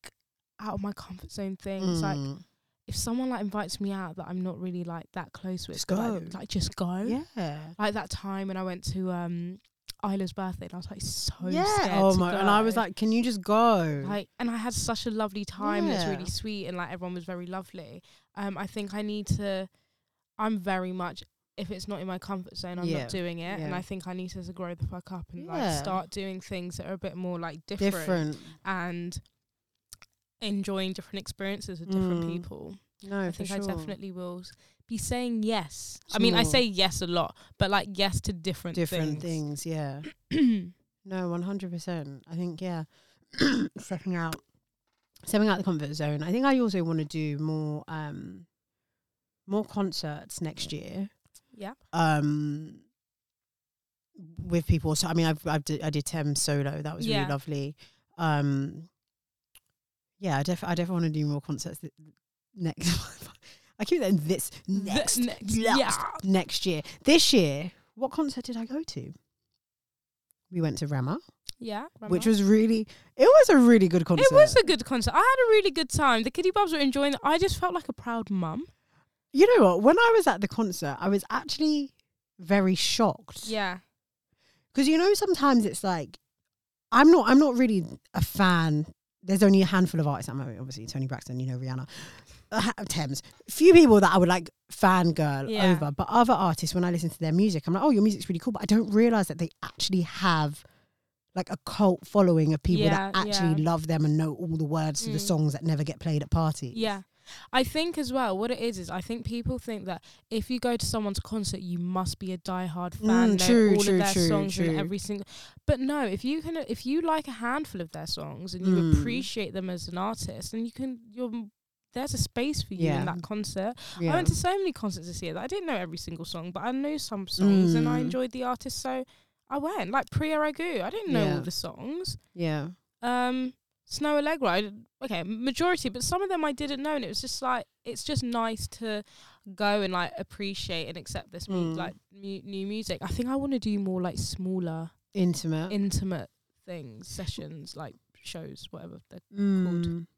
B: out of my comfort zone things. Like
A: Mm.
B: if someone like invites me out that I'm not really like that close with,
A: Just
B: like,
A: go.
B: like, just go.
A: yeah.
B: like that time when I went to um Isla's birthday and I was like so scared.
A: Oh
B: to
A: my! And I was
B: go.
A: like, "Can you just go?"
B: like and I had such a lovely time and it's
A: Yeah.
B: really sweet and like everyone was very lovely. Um I think I need to I'm very much if it's not in my comfort zone, I'm
A: Yeah.
B: not doing it. And
A: Yeah.
B: I think I need to grow the fuck up and
A: Yeah.
B: like start doing things that are a bit more like different,
A: different.
B: and enjoying different experiences with different
A: Mm.
B: people.
A: No,
B: I
A: for
B: think
A: sure.
B: I definitely will s- be saying yes. I mean, I
A: Small.
B: say yes a lot, but like yes to different
A: different
B: things.
A: things. Yeah. No, one hundred percent. I think yeah, stepping out, stepping out the comfort zone. I think I also want to do more, um, more concerts next year.
B: yeah.
A: Um, with people. So I mean, I've, I've did, I did Tem solo. That was
B: Yeah.
A: really lovely. Um, yeah, I def I definitely want to do more concerts th- next. I keep that in this
B: The
A: next
B: next-
A: last-
B: Yeah.
A: next year. This year, what concert did I go to? We went to Rama
B: Yeah.
A: which was really it was a really good concert.
B: It was a good concert. I had a really good time. The kiddie bobs were enjoying it. I just felt like a proud mum.
A: you know what? When I was at the concert, I was actually very shocked
B: Yeah.
A: because you know sometimes it's like I'm not I'm not really a fan. There's only a handful of artists. I'm obviously Tony Braxton, you know Rihanna, uh, ha- Thames. Few people that I would like fangirl
B: Yeah.
A: over, but other artists when I listen to their music, I'm like, oh, your music's really cool, but I don't realize that they actually have like a cult following of people that
B: Yeah,
A: actually love them and know all the words to the
B: Mm.
A: songs that never get played at parties.
B: Yeah. I think as well, what it is is I think people think that if you go to someone's concert, you must be a diehard fan,
A: Mm,
B: know
A: true,
B: all
A: true,
B: of their
A: true,
B: songs
A: true.
B: and every single. But no, if you can, if you like a handful of their songs and you
A: Mm.
B: appreciate them as an artist, and you can, you're there's a space for you
A: Yeah.
B: in that concert.
A: Yeah.
B: I went to so many concerts this year that I didn't know every single song, but I knew some songs and I
A: Mm.
B: enjoyed the artist, so I went. Like Priya Raghu, I didn't know
A: Yeah.
B: all the songs.
A: yeah.
B: um Snow Allegra. I, okay, majority, but some of them I didn't know, and it was just like it's just nice to go and like appreciate and accept this mu-
A: Mm.
B: like mu- new music. I think I want to do more like smaller,
A: Intimate.
B: intimate things, sessions, like shows, whatever. they're-
A: Mm.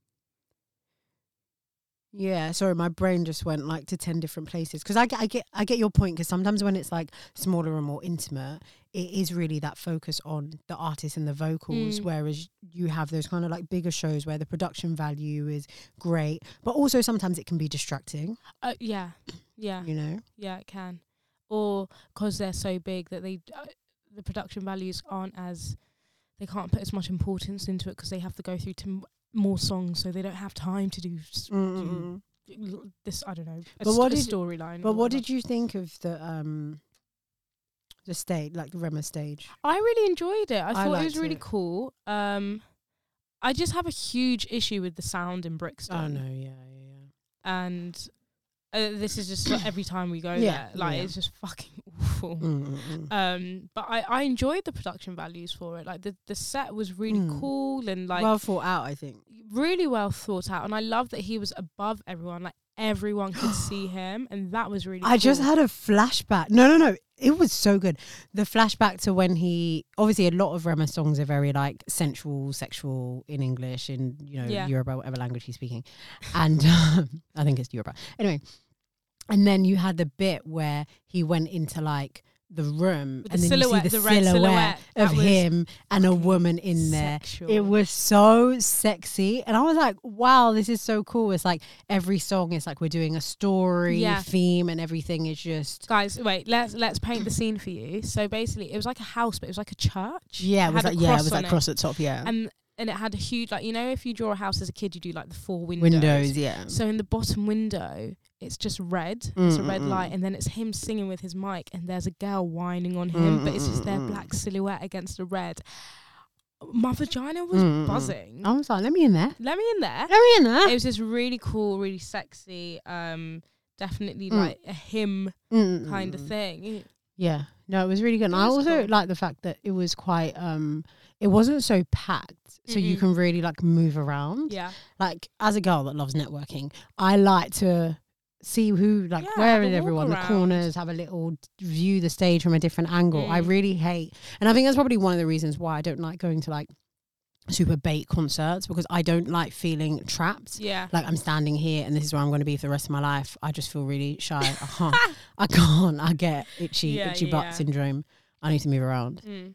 A: Yeah, sorry, my brain just went like to ten different places because I get, I get, I get your point. Because sometimes when it's like smaller and more intimate, it is really that focus on the artist and the vocals.
B: Mm.
A: Whereas you have those kind of like bigger shows where the production value is great, but also sometimes it can be distracting.
B: Uh, yeah, yeah,
A: You know,
B: yeah, it can, or 'cause they're so big that they uh, the production values aren't as they can't put as much importance into it 'cause they have to go through to m- more songs, so they don't have time to do s- Mm. l- this I don't know. A
A: But
B: but
A: what
B: what a
A: did-
B: storyline?
A: But
B: or
A: what
B: whatever.
A: did you think of the um the stage, like the Rema stage?
B: I really enjoyed it. I, thought it was
A: liked
B: really
A: it.
B: cool. Um, I just have a huge issue with the sound in Brixton.
A: Oh no, yeah, yeah, yeah.
B: And uh, this is just like every time we go
A: Yeah,
B: there, like
A: yeah.
B: it's just fucking awful.
A: Mm, mm, mm.
B: Um, but I I enjoyed the production values for it. Like the the set was really
A: Mm.
B: cool and like
A: well thought out, I think.
B: really well thought out. And I love that he was above everyone. Like everyone could see him, and that was really.
A: I just
B: cool.
A: had a flashback. No, no, no. It was so good. The flashback to when he obviously a lot of Rema songs are very like sensual, sexual in English in you know
B: Yeah.
A: Yoruba, whatever language he's speaking, and um, I think it's Yoruba. Anyway, and then you had the bit where he went into like the room
B: With
A: and
B: the
A: then
B: silhouette,
A: you see
B: the
A: the,
B: red silhouette.
A: of
B: That was
A: him and a
B: fucking
A: woman in there.
B: sexual.
A: It was so sexy. And I was like, wow, this is so cool. It's like every song is like we're doing a story,
B: Yeah.
A: theme, and everything is just.
B: guys wait let's let's paint the scene for you so basically it was like a house but it was like a church
A: Yeah, it was
B: had a
A: like, yeah, it
B: cross
A: was
B: on
A: like cross at top, yeah.
B: and and it had a huge like you know if you draw a house as a kid you do like the four windows,
A: Windows, yeah.
B: so in the bottom window it's just red it's a red
A: Mm-mm-mm.
B: light and then it's him singing with his mic and there's a girl whining on
A: Mm,
B: him but it's just their
A: Mm-mm-mm-mm.
B: black silhouette against the red my vagina was
A: Mm-mm.
B: buzzing
A: I was like, let me in there.
B: let me in there
A: Let me in there.
B: it was just really cool really sexy um definitely
A: Mm.
B: like a hymn
A: Mm,
B: kind of
A: mm, mm.
B: thing
A: Yeah. No, it was really good. And
B: It
A: I
B: was
A: also
B: cool.
A: like the fact that it was quite, um it wasn't so packed. So you
B: Mm-mm.
A: can really like move around.
B: yeah
A: like as a girl that loves networking, I like to see who like
B: Yeah,
A: where
B: have
A: is
B: a
A: everyone,
B: walk
A: the
B: around.
A: corners, have a little view the stage from a different angle. I
B: Mm.
A: really hate, and I think that's probably one of the reasons why I don't like going to like super bait concerts because I don't like feeling trapped.
B: yeah
A: Like I'm standing here and this is where I'm going to be for the rest of my life. I just feel really shy. Uh-huh. I can't. I get itchy,
B: Yeah,
A: itchy butt
B: yeah.
A: syndrome. I need to move around.
B: Mm.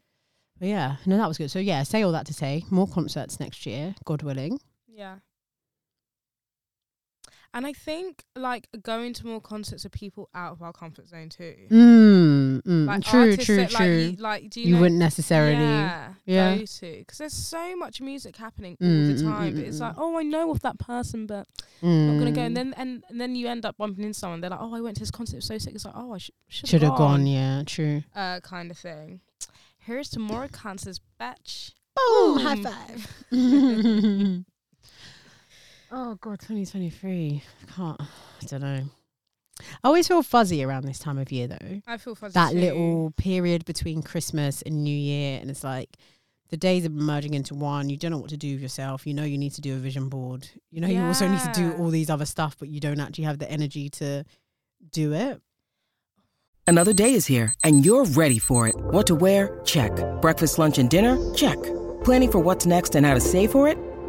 A: But yeah, no, that was good. So yeah, say all that to say more concerts next year, God willing.
B: Yeah. And I think like going to more concerts of people out of our comfort zone too.
A: Mm, mm.
B: Like
A: true,
B: artists
A: true,
B: that,
A: true.
B: Like, you, like do you,
A: you
B: know,
A: wouldn't necessarily.
B: yeah,
A: Yeah.
B: go to because there's so much music happening all
A: Mm, mm,
B: the time.
A: mm,
B: But it's
A: mm,
B: like, oh, I know of that person, but I'm not gonna go. And then and, and then you end up bumping into someone. They're like, oh, I went to this concert, it was so sick. It's like, oh, I sh-
A: should have gone. Yeah, true.
B: uh, kind of thing. Here's to more concerts, batch.
A: Boom! High
B: Boom.
A: five. oh god, 2023. Can't. I don't know. I always feel fuzzy around this time of year though.
B: I feel fuzzy.
A: That
B: too.
A: little period between Christmas and New Year, and it's like the days are merging into one. You don't know what to do with yourself. You know you need to do a vision board. You know you also need to do
B: Yeah.
A: all these other stuff, but you don't actually have the energy to do it.
C: Another day is here, and you're ready for it. What to wear? Check. Breakfast, lunch, and dinner? Check. Planning for what's next and how to save for it?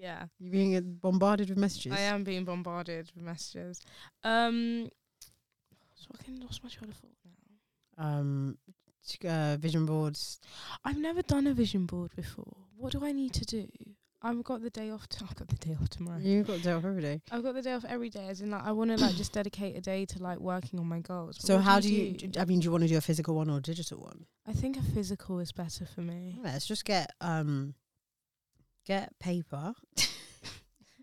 B: Yeah,
A: You're being uh, bombarded with messages.
B: I am being bombarded with messages. Um, so I can lost my train of thought now.
A: Um, t- uh, vision boards.
B: I've never done a vision board before. What do I need to do? I've got the day off. T- I've got the day off tomorrow.
A: You've got to do it every day.
B: I've got the day off every day. As in, like, I want to like just dedicate a day to like working on my goals. But
A: So
B: what
A: how do you?
B: do?
A: d- I mean, do you want to do a physical one or a digital one?
B: I think a physical is better for me.
A: Let's just get um, get paper.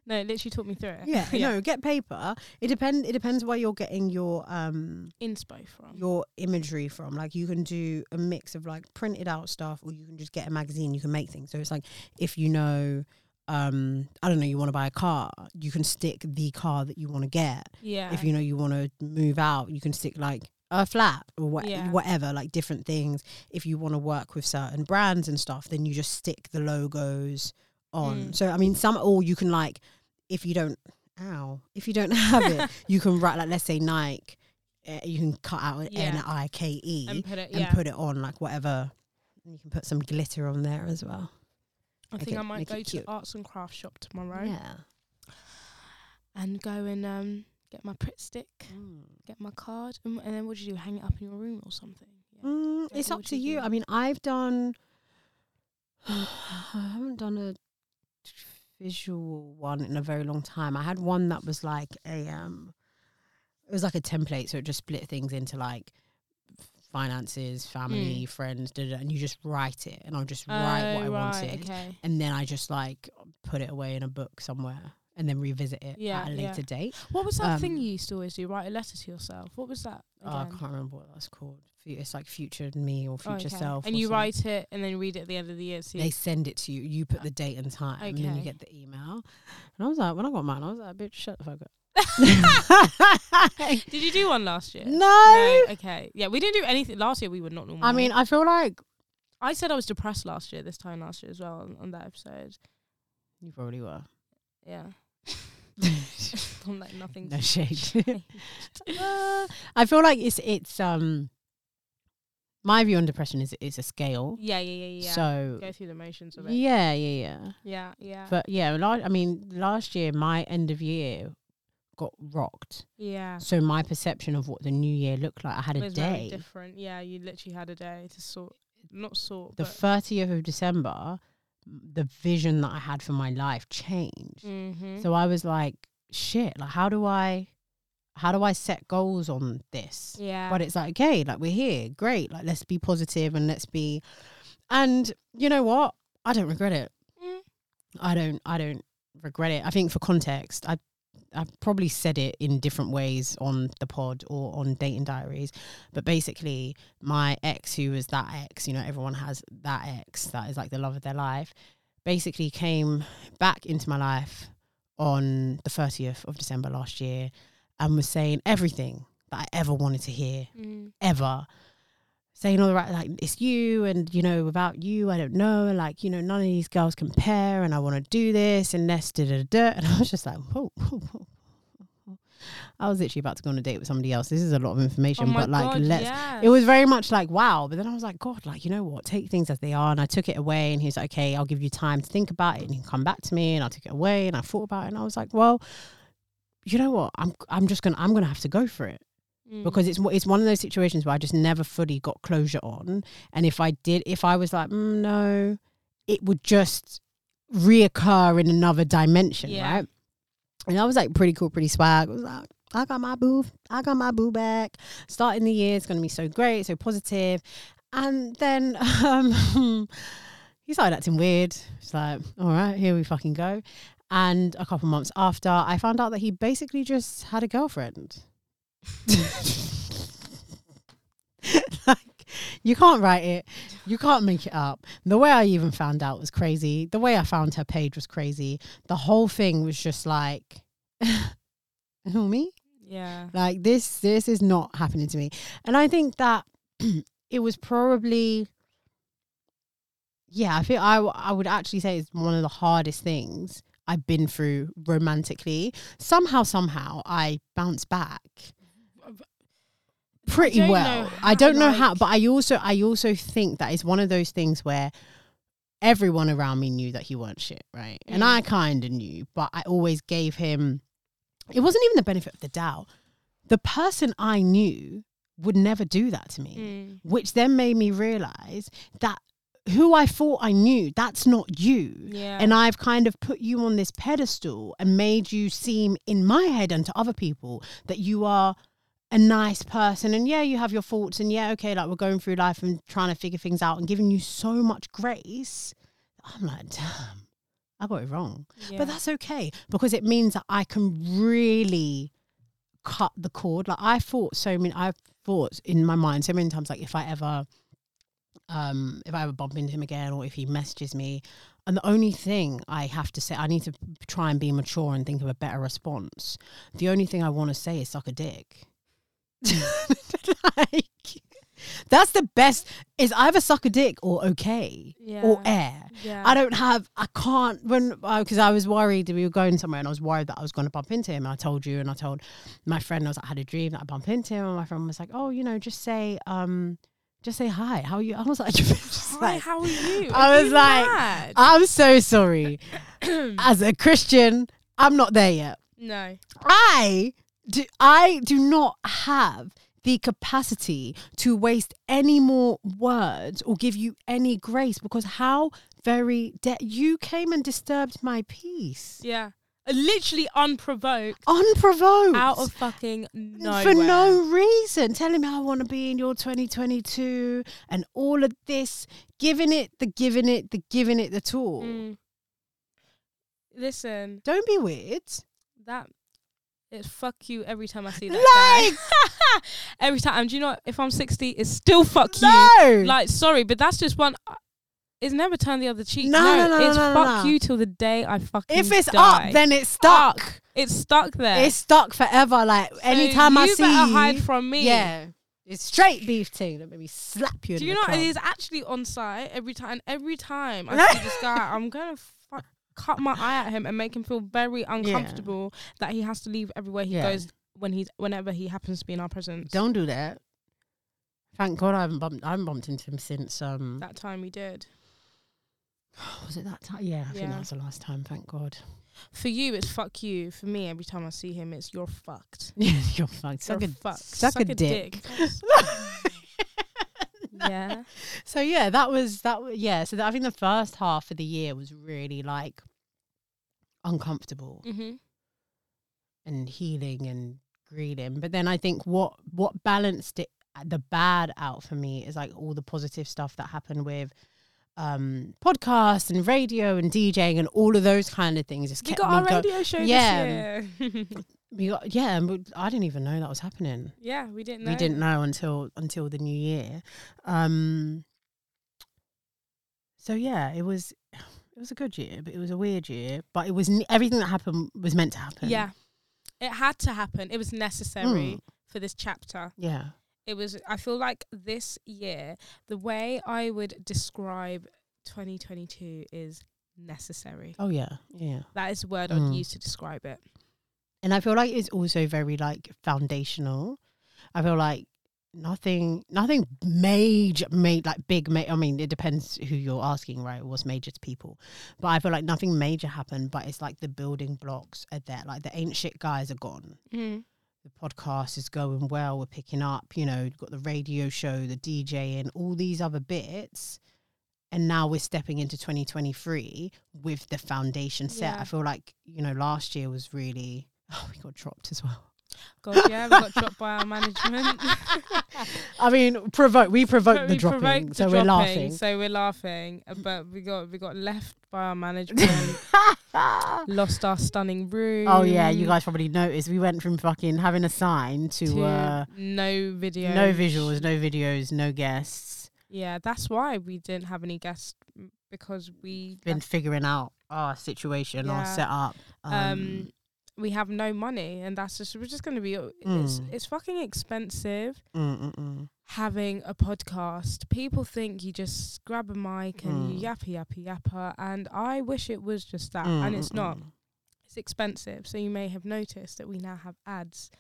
B: No, it literally talked me through it.
A: Yeah, no, get paper. It depend. It depends where you're getting your um
B: Inspo from.
A: your imagery from. Like you can do a mix of like printed out stuff, or you can just get a magazine. You can make things. So it's like if you know. Um, I don't know. You want to buy a car, you can stick the car that you want to get.
B: yeah.
A: if you know you want to move out, you can stick like a flat or what,
B: Yeah.
A: whatever, like different things. If you want to work with certain brands and stuff, then you just stick the logos on.
B: Mm.
A: So I mean, some or you can like if you don't, ow, if you don't have it, you can write like let's say Nike, uh, you can cut out
B: Yeah.
A: N I K E
B: and put it.
A: and
B: Yeah.
A: put it on like whatever. And you can put some glitter on there as well.
B: I
A: make
B: think
A: it-
B: I might
A: make it
B: go to
A: cute.
B: the arts and craft shop tomorrow
A: Yeah.
B: and go and um get my Pritt stick, get my card, and, and then what do you do? Hang it up in your room or something. Yeah.
A: Mm,
B: Don't
A: it's
B: know
A: up
B: what
A: to
B: you
A: you.
B: do.
A: I mean, I've done. I haven't done a visual one in a very long time. I had one that was like a um, it was like a template, so it just split things into like finances, family, friends, da, da, da, and you just write it, and I'll just write what I
B: Mm. Oh,
A: wanted,
B: Okay.
A: and then I just like put it away in a book somewhere, and then revisit it
B: Yeah,
A: at a
B: yeah.
A: later date.
B: What was that thing
A: Um,
B: you used to always do? Write a letter to yourself. What was that?
A: Oh, I
B: again?
A: can't remember what that's called. Fu- It's like future me or
B: Oh,
A: future
B: okay.
A: self,
B: And
A: or
B: you
A: something.
B: write it and then read it at the end of the year. See,
A: they send it to you. You put the date and time, and then you
B: Ah, Okay.
A: get the email. And I was like, when I got mine, I was like, bitch, shut the fuck up.
B: did you do one last year?
A: no.
B: Okay. Yeah, we didn't do anything last year. We were not normal.
A: I mean, I feel like
B: I said I was depressed last year. This time last year as well on, on that episode.
A: you probably were.
B: Yeah. I'm like nothing.
A: no shade. Uh, I feel like it's it's um. My view on depression is it's a scale.
B: yeah, yeah, yeah, yeah.
A: So
B: Go through the motions of it.
A: yeah,
B: Yeah,
A: yeah, yeah.
B: yeah. yeah.
A: But yeah, la- I mean, last year my end of year got rocked.
B: yeah.
A: So my perception of what the new year looked like, I had
B: It
A: a
B: was very
A: day.
B: different. Yeah, you literally had a day to sort, not sort,
A: the
B: but.
A: thirtieth of December, m- the vision that I had for my life changed.
B: Mhm.
A: So I was like, shit, like how do I how do I set goals on this?
B: yeah.
A: But it's like, okay, like we're here. Great. Like let's be positive and let's be and you know what? I don't regret it.
B: Mm.
A: I don't I don't regret it. I think for context, I I probably said it in different ways on the pod or on dating diaries, but basically my ex who was that ex, you know, everyone has that ex that is like the love of their life, basically came back into my life on the 30th of December last year and was saying everything that I ever wanted to hear
B: Mm.
A: ever saying all the right like it's you and you know without you I don't know and like you know none of these girls compare and I want to do this and let's da da da and I was just like whoa, whoa, whoa, whoa, whoa. I was literally about to go on a date with somebody else. This is a lot of information,
B: Oh my
A: but like,
B: God,
A: let's.
B: yeah.
A: It was very much like wow, but then I was like, God, like you know what? Take things as they are, and I took it away. And he's like, okay, I'll give you time to think about it, and you can come back to me. And I took it away, and I thought about it, and I was like, well, you know what? I'm I'm just gonna I'm gonna have to go for it
B: Mm.
A: because it's it's one of those situations where I just never fully got closure on, and if I did, if I was like mm, no, it would just reoccur in another dimension,
B: Yeah.
A: right? And I was like pretty cool, pretty swag. I was like, I got my boo, I got my boo back. Starting the year, it's gonna be so great, so positive. And then um, he started acting weird. It's like, all right, here we fucking go. And a couple months after, I found out that he basically just had a girlfriend. like, you can't write it. You can't make it up. The way I even found out was crazy. The way I found her page was crazy. The whole thing was just like, who me?
B: yeah,
A: Like this, this is not happening to me. And I think that it was probably, yeah, I feel I, w- I would actually say it's one of the hardest things I've been through romantically. Somehow, somehow, I bounce back pretty
B: don't
A: well.
B: know
A: I don't know
B: how,
A: how,
B: like-
A: but I also, I also think that it's one of those things where everyone around me knew that he weren't shit, right? And
B: Mm.
A: I kind of knew, but I always gave him. It wasn't even the benefit of the doubt. The person I knew would never do that to me,
B: Mm.
A: which then made me realize that who I thought I knew, that's not you.
B: yeah,
A: And I've kind of put you on this pedestal and made you seem in my head and to other people that you are a nice person and yeah, you have your faults and yeah, okay, like we're going through life and trying to figure things out and giving you so much grace. I'm like, damn, I got it wrong.
B: yeah.
A: But that's okay because it means that I can really cut the cord. Like I thought so many, I've thought in my mind so many times, like if I ever, um, if I ever bump into him again or if he messages me, and the only thing I have to say, I need to try and be mature and think of a better response. The only thing I want to say is suck a dick. like, that's the best. Is either suck a dick or okay or
B: Yeah.
A: air.
B: yeah.
A: I don't have, I can't, when, because I was worried that we were going somewhere and I was worried that I was going to bump into him. I told you and I told my friend, I was like, I had a dream that I bumped into him. And my friend was like, oh, you know, just say, um, just say hi. How are you? I was like, just
B: Hi,
A: like-
B: how are you?
A: I
B: Are
A: was
B: you
A: like,
B: mad?
A: I'm so sorry. As a Christian, I'm not there yet.
B: no.
A: I do I do not have the capacity to waste any more words or give you any grace because how very de- you came and disturbed my peace
B: Yeah. Literally unprovoked.
A: unprovoked
B: Out of fucking nowhere.
A: for no reason telling me I want to be in your 2022 and all of this giving it the giving it the giving it the tool
B: Mm. Listen,
A: don't be weird
B: that it's fuck you every time I see that
A: like
B: guy. every time, do you know what? if I'm 60, it's still fuck
A: No.
B: you. Like, sorry, but that's just one. uh, It's never turn the other cheek.
A: No, no, no, no,
B: it's
A: no, no,
B: fuck
A: no.
B: you till the day I fucking.
A: if it's
B: die.
A: up then it's stuck
B: Fuck. It's stuck there.
A: It's stuck forever. Like
B: So
A: anytime I
B: you
A: see
B: better
A: you,
B: hide from me.
A: Yeah, it's straight beef ting that made me slap you.
B: Do
A: in
B: you
A: the
B: know
A: club.
B: it is actually on site every time? Every time I see this guy, I'm gonna fuck, cut my eye at him and make him feel very uncomfortable that he has to leave everywhere he
A: Yeah.
B: goes when he's whenever he happens to be in our presence.
A: Don't do that. Thank God I haven't bumped. I haven't bumped into him since. Um,
B: That time he did.
A: Oh, was it that time? Yeah, I think
B: Yeah.
A: that was the last time. Thank God.
B: For you, it's fuck you. For me, every time I see him, it's you're fucked.
A: You're fucked. Suck
B: you're
A: a
B: fucked.
A: suck a dick.
B: yeah.
A: So yeah, that was that. wa- Yeah, so that, I think the first half of the year was really like uncomfortable.
B: hmm
A: and healing and grieving. But then I think what what balanced it uh, the bad out for me is like all the positive stuff that happened with um podcasts and radio and DJing and all of those kind of things. Just
B: We
A: kept
B: got
A: me
B: our
A: go-
B: radio show
A: Yeah.
B: this year.
A: We got yeah, and we- I didn't even know that was happening.
B: yeah, we didn't know.
A: We didn't know until until the new year. Um so yeah, it was it was a good year, but it was a weird year. But it was n- everything that happened was meant to happen.
B: Yeah. It had to happen. It was necessary
A: Mm.
B: for this chapter.
A: yeah,
B: it was i feel like this year the way i would describe 2022 is necessary
A: oh yeah, yeah.
B: that is the word i'd
A: Mm.
B: use to describe it
A: And I feel like it's also very like foundational. I feel like nothing, nothing major, made like big. Ma- I mean, it depends who you're asking, right? What's major to people, but I feel like nothing major happened. But it's like the building blocks are there. Like the ain't shit guys are gone.
B: Mm.
A: The podcast is going well. We're picking up. You know, you've got the radio show, the DJ, and all these other bits. And now we're stepping into 2023 with the foundation set.
B: Yeah.
A: I feel like you know last year was really. Oh, we got dropped as well.
B: God, yeah, we got dropped by our management.
A: I mean, provoke. We provoked
B: But
A: the
B: we provoked
A: dropping,
B: the
A: so we're
B: dropping,
A: laughing.
B: So we're laughing, uh, but we got we got left by our management. lost our stunning room.
A: oh yeah, you guys probably noticed we went from fucking having a sign to,
B: to
A: uh,
B: no video,
A: no visuals, no videos, no guests.
B: Yeah, that's why we didn't have any guests m- because we
A: Been
B: left-
A: figuring out our situation, our
B: Yeah.
A: setup. Um,
B: um we have no money, and that's just we're just going to be uh, it's
A: Mm.
B: it's fucking expensive
A: mm, mm, mm.
B: having a podcast. People think you just grab a mic and
A: Hmm.
B: you yappa yappa yappa, and I wish it was just that,
A: Mm,
B: uh, and it's
A: mm,
B: not.
A: mm.
B: It's expensive, so you may have noticed that we now have ads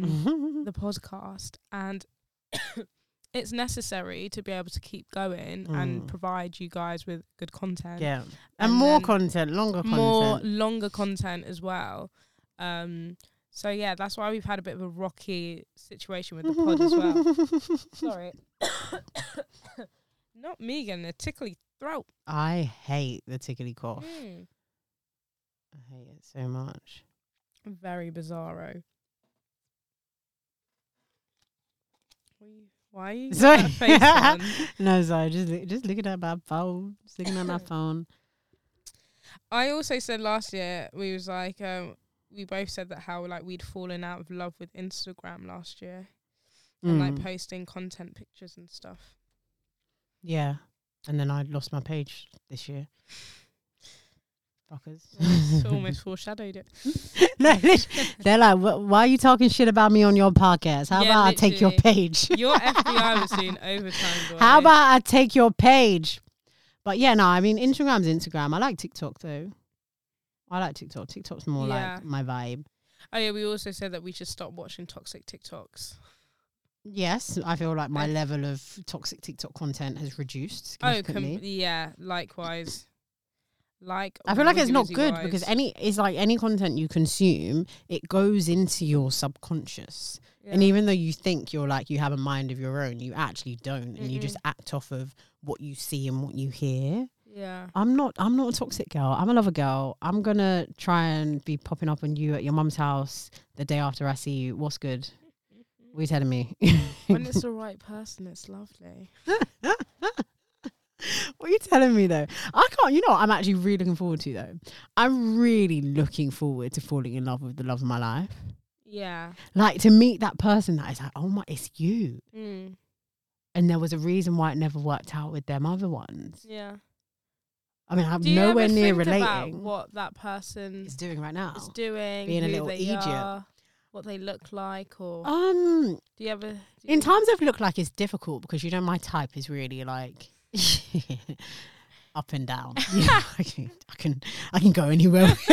A: Mm-hmm.
B: the podcast and it's necessary to be able to keep going
A: Mm.
B: and provide you guys with good content
A: yeah, and,
B: and
A: more
B: then
A: content, longer
B: more
A: content.
B: longer content as well um so yeah that's why we've had a bit of a rocky situation with the pod as well sorry not me getting a tickly throat
A: I hate the tickly cough.
B: Mm.
A: I hate it so much.
B: very bizarro Why you- why are you got that
A: Sorry.
B: face on?
A: No, sorry, just li- just looking at my phone, just looking at my phone.
B: I also said last year we was like um we both said that how like we'd fallen out of love with Instagram last year and like
A: Mm.
B: posting content pictures and stuff.
A: Yeah. And then I lost my page this year. Fuckers.
B: It's almost foreshadowed it.
A: no, lit- they're like, "Wh- why are you talking shit about me on your podcast? How
B: Yeah,
A: about I take your
B: literally.
A: page?
B: Your FBI was doing overtime. Boy.
A: How about I take your page? But yeah, no, I mean, Instagram's Instagram. I like TikTok though. I like TikTok. TikTok's more
B: Yeah.
A: like my vibe.
B: Oh yeah, we also said that we should stop watching toxic TikToks.
A: Yes, I feel like my
B: Okay.
A: level of toxic TikTok content has reduced
B: Oh
A: significantly.
B: yeah, likewise. Like
A: I feel like it's not
B: wizzy
A: good
B: wise.
A: because any it's like any content you consume, it goes into your subconscious. And
B: Yeah.
A: even though you think you're like you have a mind of your own, you actually don't, and you just act off of what you see and what you hear.
B: yeah.
A: I'm not. I'm not a toxic girl. I'm a lover girl. I'm gonna try and be popping up on you at your mum's house the day after I see you. What's good? What are you telling me?
B: when it's the right person, it's lovely.
A: What are you telling me though? I can't. You know, what I'm actually really looking forward to though. I'm really looking forward to falling in love with the love of my life.
B: Yeah.
A: Like to meet that person that is like, oh my, it's you.
B: Mm.
A: And there was a reason why it never worked out with them other ones.
B: Yeah.
A: I mean, I'm
B: Do you
A: nowhere
B: ever
A: near
B: think about
A: relating. What
B: what that person
A: it's doing right now.
B: is doing,
A: being a
B: who
A: little
B: they
A: idiot.
B: are, what they look like, or
A: Um,
B: do you ever? do
A: in
B: you-
A: terms of look like, it's difficult because you know my type is really like up and down. You know, I, can, I can I can go anywhere.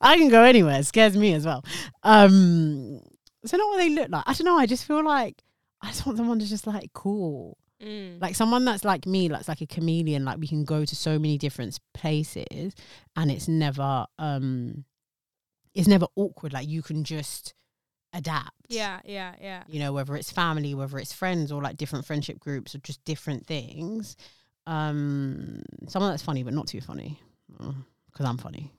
A: I can go anywhere. It scares me as well. Um, so not what they look like. I don't know. I just feel like I just want someone to just like cool,
B: Mm.
A: like someone that's like me, that's like a chameleon. Like we can go to so many different places, and it's never um, it's never awkward. Like you can just adapt.
B: yeah, yeah, yeah,
A: You know, whether it's family, whether it's friends, or like different friendship groups, or just different things. Um, someone that's funny but not too funny, because I'm funny.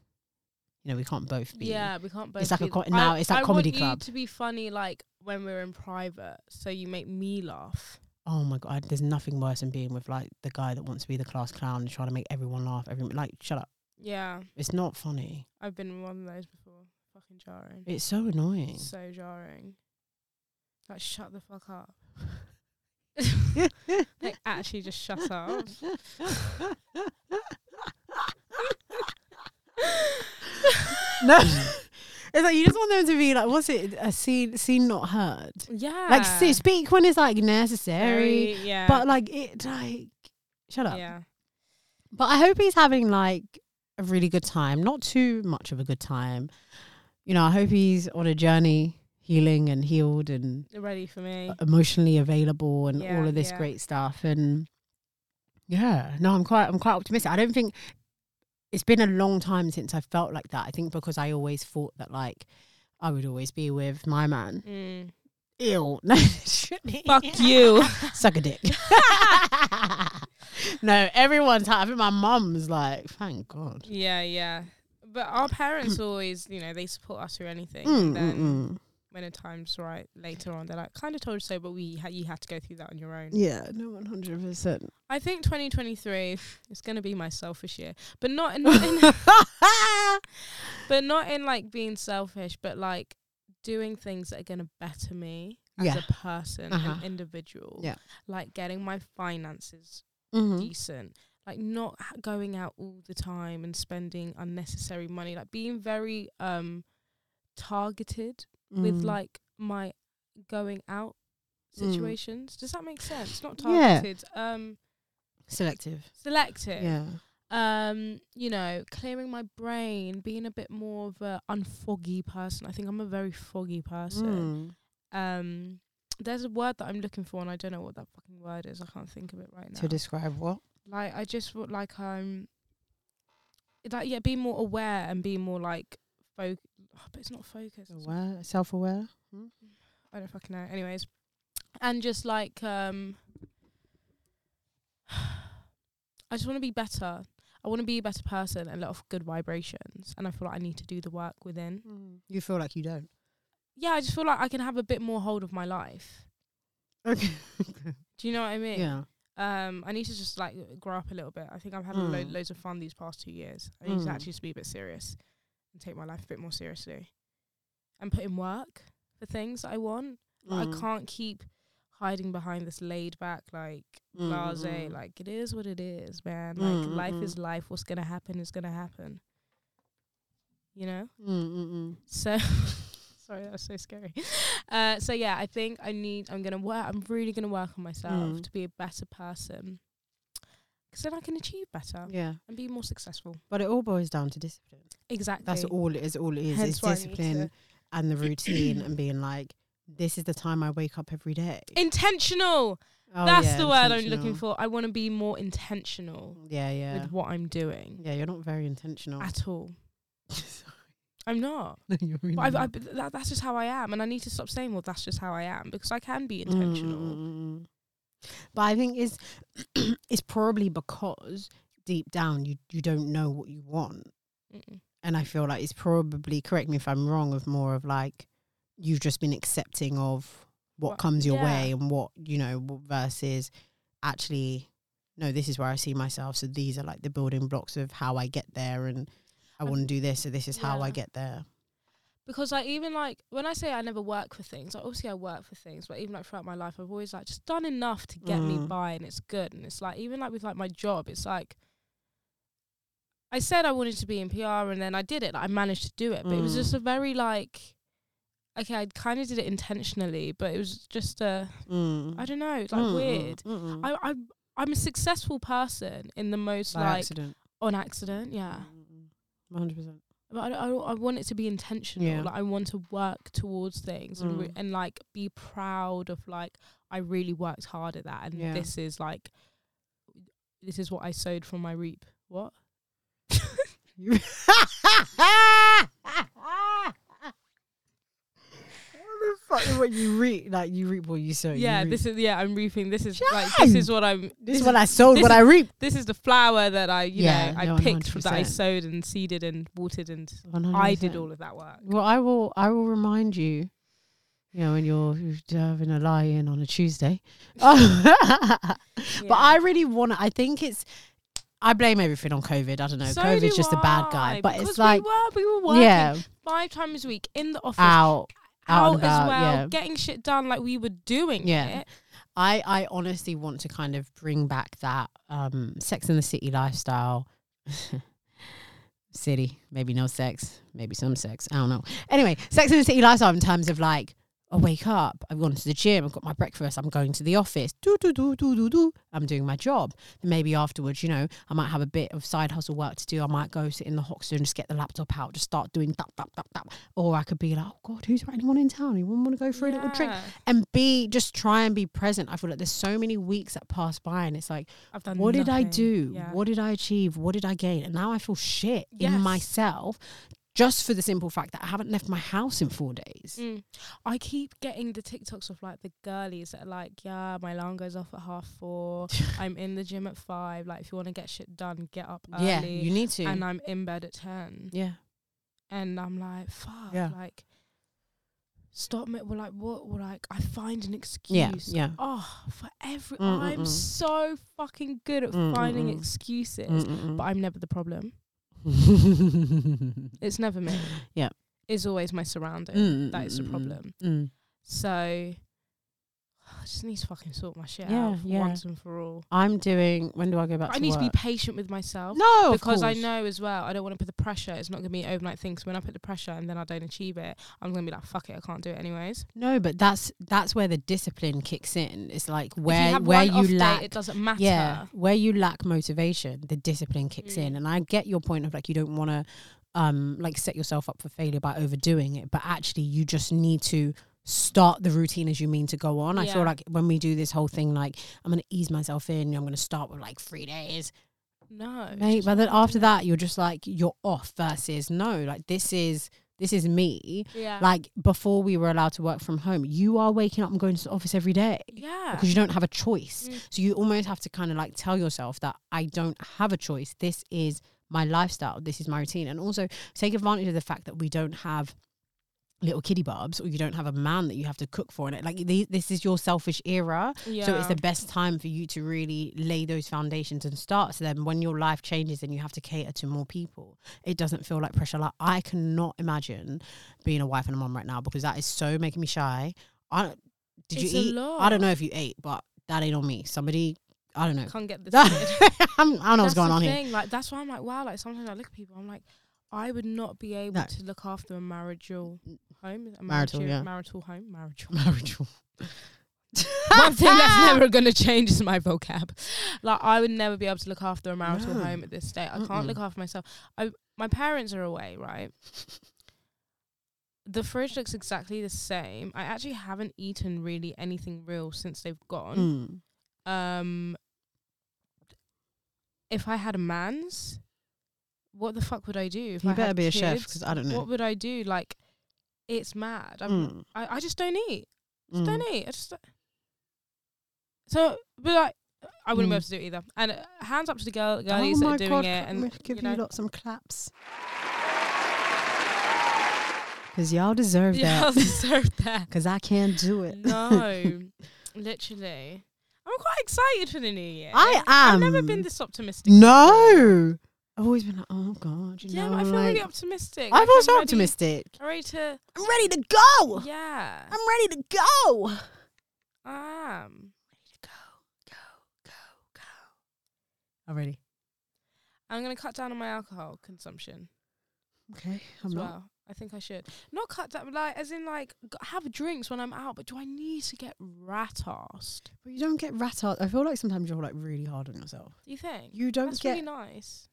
A: You know, we can't both be.
B: yeah. We can't both.
A: like a
B: be-
A: co-
B: I-
A: now it's like
B: I want
A: comedy
B: you
A: club.
B: to be funny, like when we're in private, so you make me laugh.
A: Oh my god, there's nothing worse than being with like the guy that wants to be the class clown and trying to make everyone laugh. Everyone like, shut up.
B: Yeah,
A: It's not funny.
B: I've been in one of those before. Fucking jarring.
A: It's so annoying.
B: so jarring. Like, shut the fuck up. like, actually, just shut up.
A: no, it's like you just want them to be like, what's it? A seen, seen, not heard.
B: Yeah.
A: Like s- speak when it's like necessary,
B: Very- yeah.
A: but like it like shut up.
B: yeah.
A: But I hope he's having like a really good time, not too much of a good time. You know, I hope he's on a journey, healing and healed and
B: You're ready for me.
A: Uh, emotionally available and
B: Yeah,
A: all of this
B: yeah.
A: great stuff. And yeah, no, I'm quite I'm quite optimistic. I don't think it's been a long time since I felt like that. I think because I always thought that like I would always be with my man.
B: Mm.
A: Ew, no, shouldn't
B: Fuck you.
A: suck a dick. no, everyone's. I think my mum's like, thank God.
B: Yeah, yeah. But our parents always, you know, they support us through anything.
A: Mm,
B: and then
A: mm, mm.
B: when the time's right, later on, they're like, kind of told you so, but we ha- you had to go through that on your own.
A: Yeah, no, one hundred percent.
B: I think 2023 is going to be my selfish year, but not in, not in but not in like being selfish, but like doing things that are going to better me as
A: Yeah.
B: a person, an
A: Uh-huh.
B: individual.
A: Yeah.
B: Like getting my finances
A: Mhm.
B: decent. Like not h- going out all the time and spending unnecessary money. Like being very um targeted with
A: Mm.
B: like my going out
A: Mm.
B: situations. Does that make sense? Not
A: Yeah.
B: targeted.
A: Mm.
B: Um
A: selective.
B: selective.
A: Yeah.
B: Um, you know, clearing my brain, being a bit more of a unfoggy person. I think I'm a very foggy person.
A: Mm.
B: Um there's a word that I'm looking for and I don't know what that fucking word is. I can't think of it right now.
A: To describe what?
B: like I just feel like I'm like yeah, be more aware and be more like fo- oh, but it's not focused.
A: Aware, self-aware.
B: I don't fucking know. Anyways, and just like um, I just want to be better. I want to be a better person and let off good vibrations. And I feel like I need to do the work within.
A: You feel like you don't.
B: Yeah, I just feel like I can have a bit more hold of my life.
A: Okay.
B: Do you know what I mean?
A: yeah.
B: Um, I need to just like grow up a little bit. I think I've had lo-
A: Mm.
B: loads of fun these past two years. I need to
A: Mm.
B: actually just be a bit serious and take my life a bit more seriously and put in work for things that I want. Like, I
A: Mm.
B: can't keep hiding behind this laid back, like blase,
A: Mm, mm.
B: like it is what it is, man.
A: Mm,
B: Like
A: mm,
B: life is
A: mm.
B: life. What's gonna happen is gonna happen. You know.
A: Mm, mm, mm.
B: So sorry, that was so scary. Uh, so yeah, I think I need. I'm gonna work. I'm really gonna work on myself
A: Mm.
B: to be a better person. Because then I can achieve better
A: Yeah.
B: and be more successful.
A: But it all boils down to discipline.
B: Exactly.
A: That's all it is. All it is
B: Hence
A: is
B: why I need
A: discipline
B: to-
A: and the routine and being like, this is the time I wake up every day.
B: Intentional.
A: Oh,
B: That's
A: yeah,
B: the word I'm looking
A: intentional.
B: for. I want to be more intentional
A: Yeah, yeah.
B: with what I'm doing.
A: Yeah, you're not very intentional.
B: at all. I'm not.
A: No, you're really
B: But I've,
A: not.
B: I've, that, that's just how I am, and I need to stop saying, "Well, that's just how I am," because I can be
A: Mm, mm,
B: intentional.
A: mm, mm. But I think it's it's probably because deep down you you don't know what you want.
B: Mm-mm.
A: and I feel like it's probably correct me if I'm wrong of more of like you've just been accepting of what
B: What-
A: comes your
B: yeah.
A: way and what you know w- versus actually no this is where I see myself so these are like the building blocks of how I get there and I
B: I
A: want to do this so this is how I
B: yeah.
A: get there
B: Because like even like when I say I never work for things, like obviously I work for things, but even like throughout my life, I've always like just done enough to get me
A: Mm.
B: by, and it's good. And it's like even like with like my job, it's like I said I wanted to be in PR, and then I did it. Like, I managed to do it, but it was
A: Mm.
B: just a very like okay, I kind of did it intentionally, but it was just a
A: mm.
B: I don't know, it's like weird. I, I I'm a successful person in the most
A: by
B: like
A: accident Mm,
B: on accident, yeah.
A: 100 percent
B: But I, I, I want it to be intentional.
A: Yeah.
B: Like I want to work towards things and re-
A: Mm.
B: and like be proud of like I really worked hard at that and
A: Yeah.
B: this is like this is what I sowed from my reap. What?
A: what you reap like you reap what you sow Oh, you
B: yeah,
A: reap.
B: this is yeah. I'm reaping. This is like this is what I'm.
A: this is what I sowed what I reap
B: This is the flower that I you
A: Yeah,
B: know I
A: no,
B: picked from that I
A: 100%.
B: sowed and seeded and watered and
A: 100%.
B: I did all of that work.
A: Well, I will. I will remind you. You know, when you're having a lie in on a Tuesday. But I really want. to I think it's. I blame everything on COVID. I don't know.
B: So
A: COVID's
B: do
A: just a bad
B: I,
A: guy. But
B: because
A: it's like,
B: we were we were working
A: yeah,
B: five times a week in the office.
A: out, out,
B: out
A: and about,
B: as well,
A: yeah.
B: getting shit done like we were doing
A: Yeah.
B: it.
A: I, I honestly want to kind of bring back that um, Sex in the City lifestyle. City, maybe no sex, maybe some sex. I don't know. Anyway, Sex in the City lifestyle in terms of like, I wake up, I've gone to the gym, I've got my breakfast, I'm going to the office, do, do, do, do, do, do. I'm doing my job. Then maybe afterwards, you know, I might have a bit of side hustle work to do. I might go sit in the Hoxton, just get the laptop out, just start doing that, that, that, that. Or I could be like, oh God, who's anyone in town? Anyone want to go for a little drink?
B: Yeah.
A: And be, just try and be present. I feel like there's so many weeks that pass by and it's like,
B: I've done
A: what did I
B: nothing.
A: do?
B: Yeah.
A: What did I achieve? What did I gain? And now I feel shit in
B: Yes.
A: myself just for the simple fact that I haven't left my house in four days.
B: Mm. I keep getting the TikToks of like the girlies that are like, yeah, my alarm goes off at half four. I'm in the gym at five. Like, if you want to get shit done, get up Mm, early.
A: Yeah, you need to.
B: and I'm in bed at ten.
A: yeah.
B: and I'm like, fuck,
A: Yeah.
B: like, stop me. Well, like, what? Well, like, I find an excuse.
A: Yeah, yeah.
B: Oh, for every,
A: Mm, mm,
B: I'm
A: mm.
B: so fucking good at
A: Mm, mm,
B: finding
A: mm.
B: excuses,
A: Mm-mm-mm.
B: but I'm never the problem. It's never me.
A: Yeah.
B: It's always my surrounding.
A: Mm,
B: That is the
A: mm, mm,
B: problem.
A: mm.
B: So, I just need to fucking sort my shit
A: Yeah,
B: out for
A: yeah.
B: once and for all.
A: I'm doing. When do I go back?
B: I
A: to
B: need
A: work?
B: to be patient with myself.
A: No, of
B: because I
A: course.
B: know as well, I don't want to put the pressure. It's not going to be an overnight thing. So when I put the pressure and then I don't achieve it, I'm going to be like, fuck it, I can't do it anyways.
A: No, but that's that's where the discipline kicks in. It's like
B: If
A: where
B: have
A: where
B: one off
A: you
B: day,
A: lack.
B: it doesn't matter.
A: yeah, where you lack motivation, the discipline kicks in,
B: Mm.
A: and I get your point of like you don't want to, um, like set yourself up for failure by overdoing it, but actually you just need to start the routine as you mean to go on. I
B: Yeah.
A: feel like when we do this whole thing, like I'm gonna ease myself in, I'm gonna start with like three days,
B: No. it's
A: Mate,
B: Oh, just
A: but then
B: not
A: after
B: doing
A: that, you're just like you're off. Versus no, like this is this is me.
B: it. Yeah.
A: Like before we were allowed to work from home, you are waking up and going to the office every day
B: yeah.
A: because you don't have a choice.
B: Mm.
A: So you almost have to kind of like tell yourself that I don't have a choice. This is my lifestyle. This is my routine, and also take advantage of the fact that we don't have little kiddie barbs or you don't have a man that you have to cook for and it like the, this is your selfish era
B: yeah.
A: so it's the best time for you to really lay those foundations and start. So then when your life changes and you have to cater to more people, it doesn't feel like pressure. Like I cannot imagine being a wife and a mom right now because that is so making me shy. I did
B: It's a
A: you eat? I
B: lot.
A: don't know if you ate, but that ain't on me. Somebody I don't know.
B: Can't get this. kid.
A: I'm, I don't know what's
B: That's
A: going
B: the
A: on here.
B: thing. Like that's why I'm like, wow. Like sometimes I look at people, I'm like, I would not be able
A: No. Mm.
B: to look after a marital home,
A: Marital,
B: a marital,
A: yeah.
B: marital home, marital.
A: Marital.
B: One thing that's never going to change is my vocab. Like I would never be able to look after a marital
A: No.
B: home at this state. I
A: Mm-mm.
B: can't look after myself. I my parents are away, right? The fridge looks exactly the same. I actually haven't eaten really anything real since they've gone.
A: Mm.
B: Um if I had a man's, what the fuck would I do? If
A: You
B: I
A: better
B: had
A: be a chef
B: kids,
A: 'cause I don't know.
B: What would I do? Like it's mad. I'm,
A: Mm.
B: I I just don't eat.
A: Mm.
B: Don't eat. I just don't- so, but like, I wouldn't be
A: Mm.
B: able to do it either. And uh, hands up to the girl,
A: Oh
B: girlies that
A: my
B: are doing
A: God,
B: it.
A: can we
B: And
A: give
B: you
A: you,
B: know,
A: lots some claps. Because y'all deserve
B: yeah, I
A: that.
B: deserve that.
A: Because I can't do it.
B: No, literally, I'm quite excited for the new year.
A: I
B: I've never
A: am.
B: been this optimistic. before.
A: no. I've always been like, oh God, you
B: Yeah,
A: know.
B: but I
A: I'm
B: feel really
A: like,
B: optimistic.
A: I'm
B: Like,
A: also
B: ready-
A: optimistic.
B: I'm ready to.
A: I'm ready to go.
B: Yeah, um,
A: I'm ready to go.
B: I am.
A: I'm ready.
B: I'm gonna cut down on my alcohol consumption.
A: Okay, I'm
B: as
A: not.
B: well. I think I should not cut that, but like as in like g- have drinks when I'm out. But do I need to get rat assed?
A: But you don't get rat out. I feel like sometimes you're like really hard on yourself.
B: Do you think
A: You don't
B: That's
A: get.
B: really nice.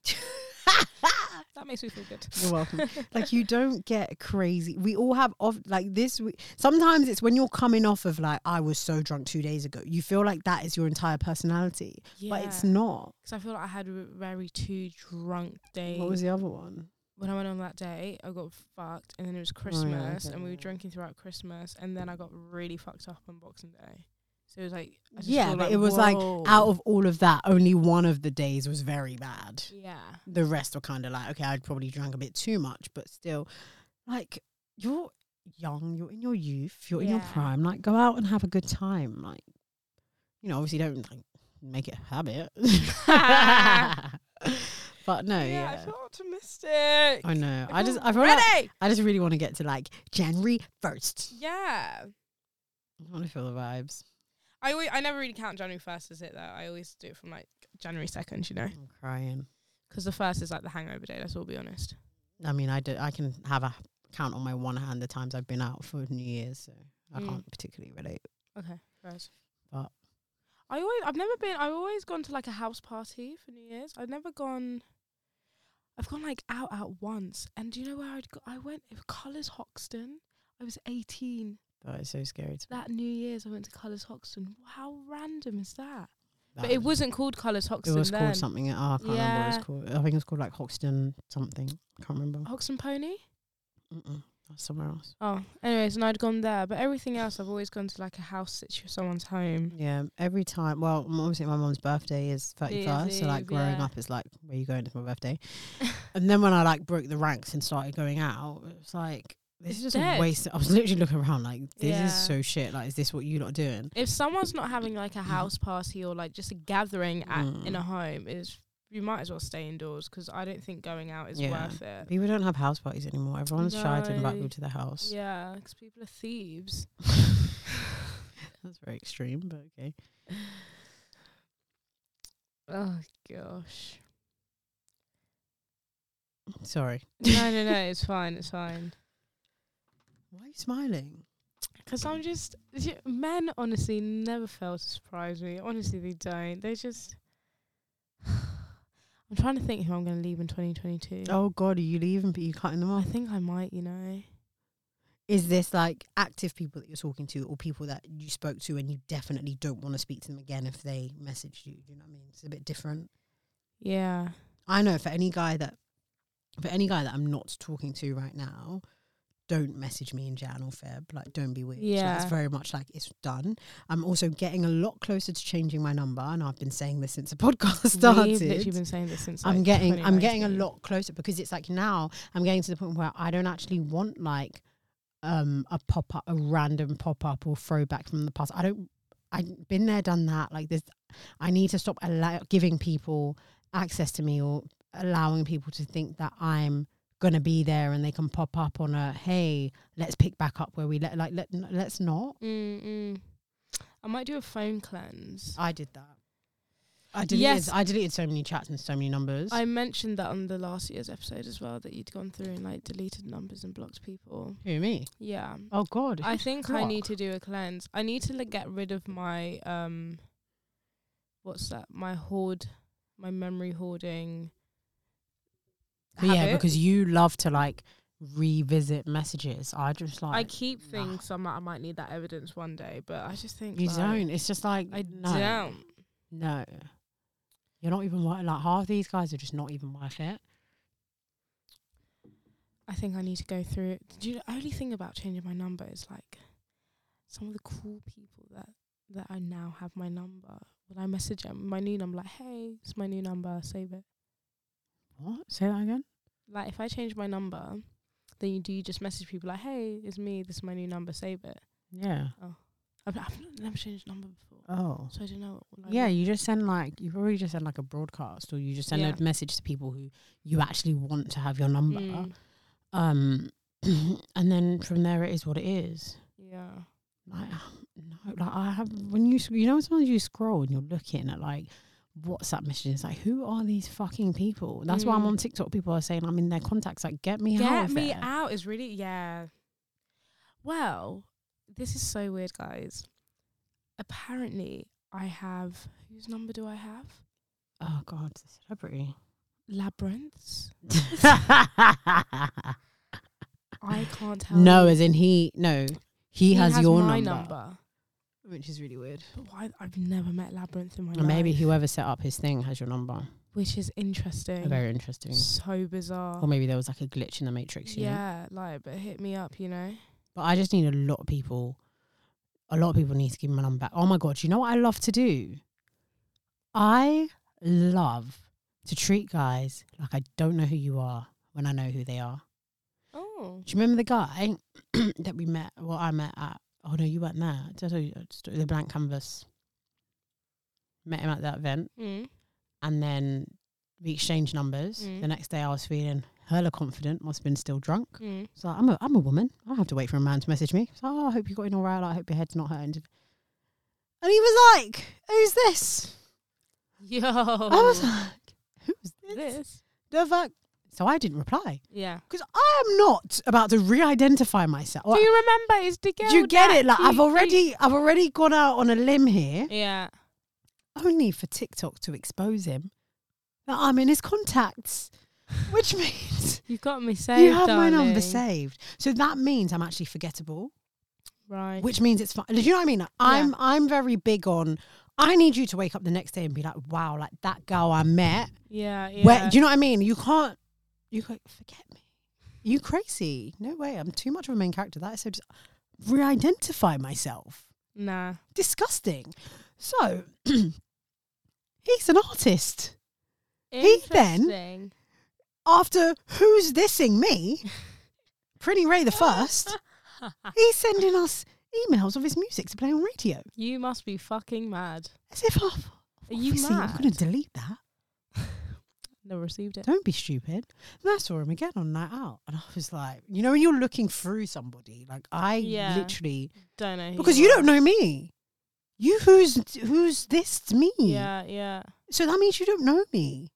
B: That makes me feel good.
A: You're welcome. like you don't get crazy. We all have off like this. We, sometimes it's when you're coming off of like I was so drunk two days ago. You feel like that is your entire personality, but it's
B: Yeah.
A: not.
B: Because I feel like I had a very two drunk days.
A: What was the other one?
B: when I went on that day, I got fucked, and then it was
A: Oh,
B: Christmas, and we were drinking throughout Christmas, and then I got really fucked up on Boxing Day. So it was like, I just
A: Yeah,
B: feel
A: but
B: like,
A: it was
B: whoa.
A: like out of all of that, only one of the days was very bad.
B: yeah.
A: The rest were kind of like, okay, I'd probably drank a bit too much, but still, like you're young, you're in your youth, you're in your
B: Yeah.
A: prime. Like go out and have a good time. Like you know, obviously don't like make it a habit. but no,
B: yeah,
A: Oh, yeah.
B: I feel optimistic.
A: I know. I just,
B: feel
A: I feel
B: ready.
A: like, I just really want to get to like January first.
B: yeah.
A: I want to feel the vibes.
B: I always, I never really count January first as it though. I always do it from like January second, you know,
A: I'm crying.
B: because the first is like the hangover day. Let's all be honest.
A: I mean, I do. I can have a count on my one hand the times I've been out for New Year's. So I
B: Mm.
A: can't particularly relate.
B: Okay, right.
A: But-
B: I always I've never been I've always gone to like a house party for New Year's. I've never gone I've gone like out out once and do you know where I'd go I went it was Colours Hoxton. I was eighteen.
A: But it's so scary to
B: That New Year's I went to Colours Hoxton. How random is that?
A: that
B: but it wasn't called Colours Hoxton
A: It was
B: then.
A: called something. Oh, I can't remember what
B: Yeah.
A: it's called. I think it was called like Hoxton something. Can't remember.
B: Hoxton Pony?
A: Mm-mm. That's somewhere else.
B: Oh. Anyways, and I'd gone there. But everything else I've always gone to like a house situ someone's home.
A: Yeah, every time. Well, m- obviously my mum's birthday is thirty first, so like
B: Eve,
A: growing
B: yeah.
A: up is like where you going? It's my birthday. and then when I like broke the ranks and started going out, it's like this
B: It's
A: is just
B: dead.
A: a waste. I was literally looking around like this
B: Yeah.
A: is so shit. Like, is this what you lot doing?
B: if someone's not having like a house party or like just a gathering at, in
A: Mm.
B: a home is you might as well stay indoors 'cause I don't think going out is
A: Yeah.
B: worth it.
A: People don't have house parties anymore. Everyone's shy to invite
B: No.
A: you to the house.
B: Yeah, 'cause people are thieves.
A: That's very extreme, but okay.
B: Oh gosh.
A: Sorry.
B: No, no, no. It's fine. It's fine.
A: Why are you smiling?
B: 'Cause I'm just y- men. Honestly, never fail to surprise me. Honestly, they don't. They just. I'm trying to think who I'm going to leave in 2022.
A: Oh God, are you leaving? But you cutting them
B: I
A: off.
B: think I might. You know.
A: Is this like active people that you're talking to, or people that you spoke to and you definitely don't want to speak to them again if they messaged you? Do you know what I mean? It's a bit different.
B: Yeah.
A: I know for any guy that, for any guy that I'm not talking to right now, don't message me in Jan or Feb. Like, don't be weird. so
B: Yeah.
A: it's very much like it's done. I'm also getting a lot closer to changing my number, and I've been saying this since the podcast started.
B: We've literally been saying this since.
A: I'm
B: like,
A: getting I'm getting a
B: 2019.
A: lot closer because it's like now I'm getting to the point where I don't actually want like um a pop up a random pop up or throwback from the past. I don't I've been there done that like this I need to stop allow, giving people access to me or allowing people to think that I'm going to be there and they can pop up on a hey let's pick back up where we let like let, let's not.
B: Mm-mm. I might do a phone cleanse.
A: I did that. I deleted
B: Yes.
A: I deleted so many chats and so many numbers.
B: I mentioned that on the last year's episode as well that you'd gone through and like deleted numbers and blocked people.
A: Who me?
B: Yeah.
A: Oh god.
B: I think I need
A: block?
B: to do a cleanse. I need to like get rid of my um what's that? My hoard, my memory hoarding.
A: But yeah,
B: habit.
A: because you love to like revisit messages. I just like
B: I keep
A: nah.
B: things so I might, I might need that evidence one day, but I just think
A: you
B: like,
A: don't. It's just like
B: I
A: no,
B: don't.
A: no. You're not even worth like half these guys are just not even worth it.
B: I think I need to go through it. Do you know, only thing about changing my number is like some of the cool people that that I now have my number. When I message them my new number, like, hey, it's my new number, save it.
A: What? Say that again.
B: Like if I change my number, then you do you just message people like, hey, it's me, this is my new number, save it.
A: Yeah.
B: I've, I've never changed number before,
A: Oh.
B: so I don't know. Like,
A: Yeah,
B: what-
A: you just send like you probably just send like a broadcast or you just send
B: Yeah.
A: a message to people who you actually want to have your number.
B: Mm,
A: Um and then from there it is what it is.
B: yeah.
A: Like no, like I have when you sc- you know sometimes you scroll and you're looking at like WhatsApp messages like who are these fucking people? That's why I'm
B: Mm.
A: on TikTok. People are saying I'm in their contacts. Like get me out.
B: Get
A: of
B: me
A: there.
B: out is really yeah. Well, this is so weird, guys. Apparently, I have whose number do I have?
A: Oh god, the celebrity.
B: Labyrinths. I can't tell.
A: no,
B: you.
A: as in he no he, has, your number, which is really weird.
B: But why? I've never met Labyrinth in my
A: Or
B: life.
A: maybe whoever set up his thing has your number.
B: which is interesting.
A: Very interesting.
B: So bizarre.
A: Or maybe there was like a glitch in the matrix. You know?
B: yeah, like, but hit me up, you know.
A: But I just need a lot of people. A lot of people need to give my number back. Oh my god! You know what I love to do? I love to treat guys like I don't know who you are when I know who they are.
B: Oh,
A: Do you remember the guy that we met? Well, I met at. Oh no, you weren't there. Did I tell you that story? the blank canvas? Met him at that event,
B: mm.
A: and then we exchanged numbers.
B: Mm.
A: The next day, I was feeling hella confident. Must have been still drunk.
B: Mm.
A: So I'm a I'm a woman. I don't have to wait for a man to message me. So oh, I hope you got in all right. Like, I hope your head's not hurting. And he was like, "Who's this?"
B: yo,
A: I was like, "Who's this?
B: Oh. this
A: The fuck? So I didn't reply
B: Yeah.
A: because I am not about to re-identify myself.
B: Do you remember? It's the girl.
A: Do you get
B: that
A: it? Like
B: you-
A: I've already, I've already gone out on a limb here,
B: Yeah.
A: only for TikTok to expose him that I'm in his contacts, which means
B: You got me saved.
A: you have my number
B: darling.
A: saved. So that means I'm actually forgettable,
B: Right.
A: which means it's fine. Do you know what I mean? Like, I'm, I'm very big on. I need you to wake up the next day and be like, wow, like that girl I met.
B: yeah. Yeah.
A: Where do you know what I mean? You can't. You can't forget me. You crazy? No way. I'm too much of a main character. That is so. Dis- re-identify myself.
B: nah.
A: disgusting. So he's an artist. He then-
B: Interesting.
A: After who's thising me, Pretty Ray the first, he's sending us emails of his music to play on radio.
B: You must be fucking mad.
A: As if I've,
B: Are you
A: obviously I'm
B: mad?
A: going to delete that.
B: Never received it.
A: Don't be stupid. And I saw him again on night out, and I was like, you know, when you're looking through somebody, like I
B: Yeah.
A: literally
B: Don't know. who
A: because you don't
B: are.
A: know me. You who's who's this to me?
B: Yeah. Yeah.
A: So that means you don't know me.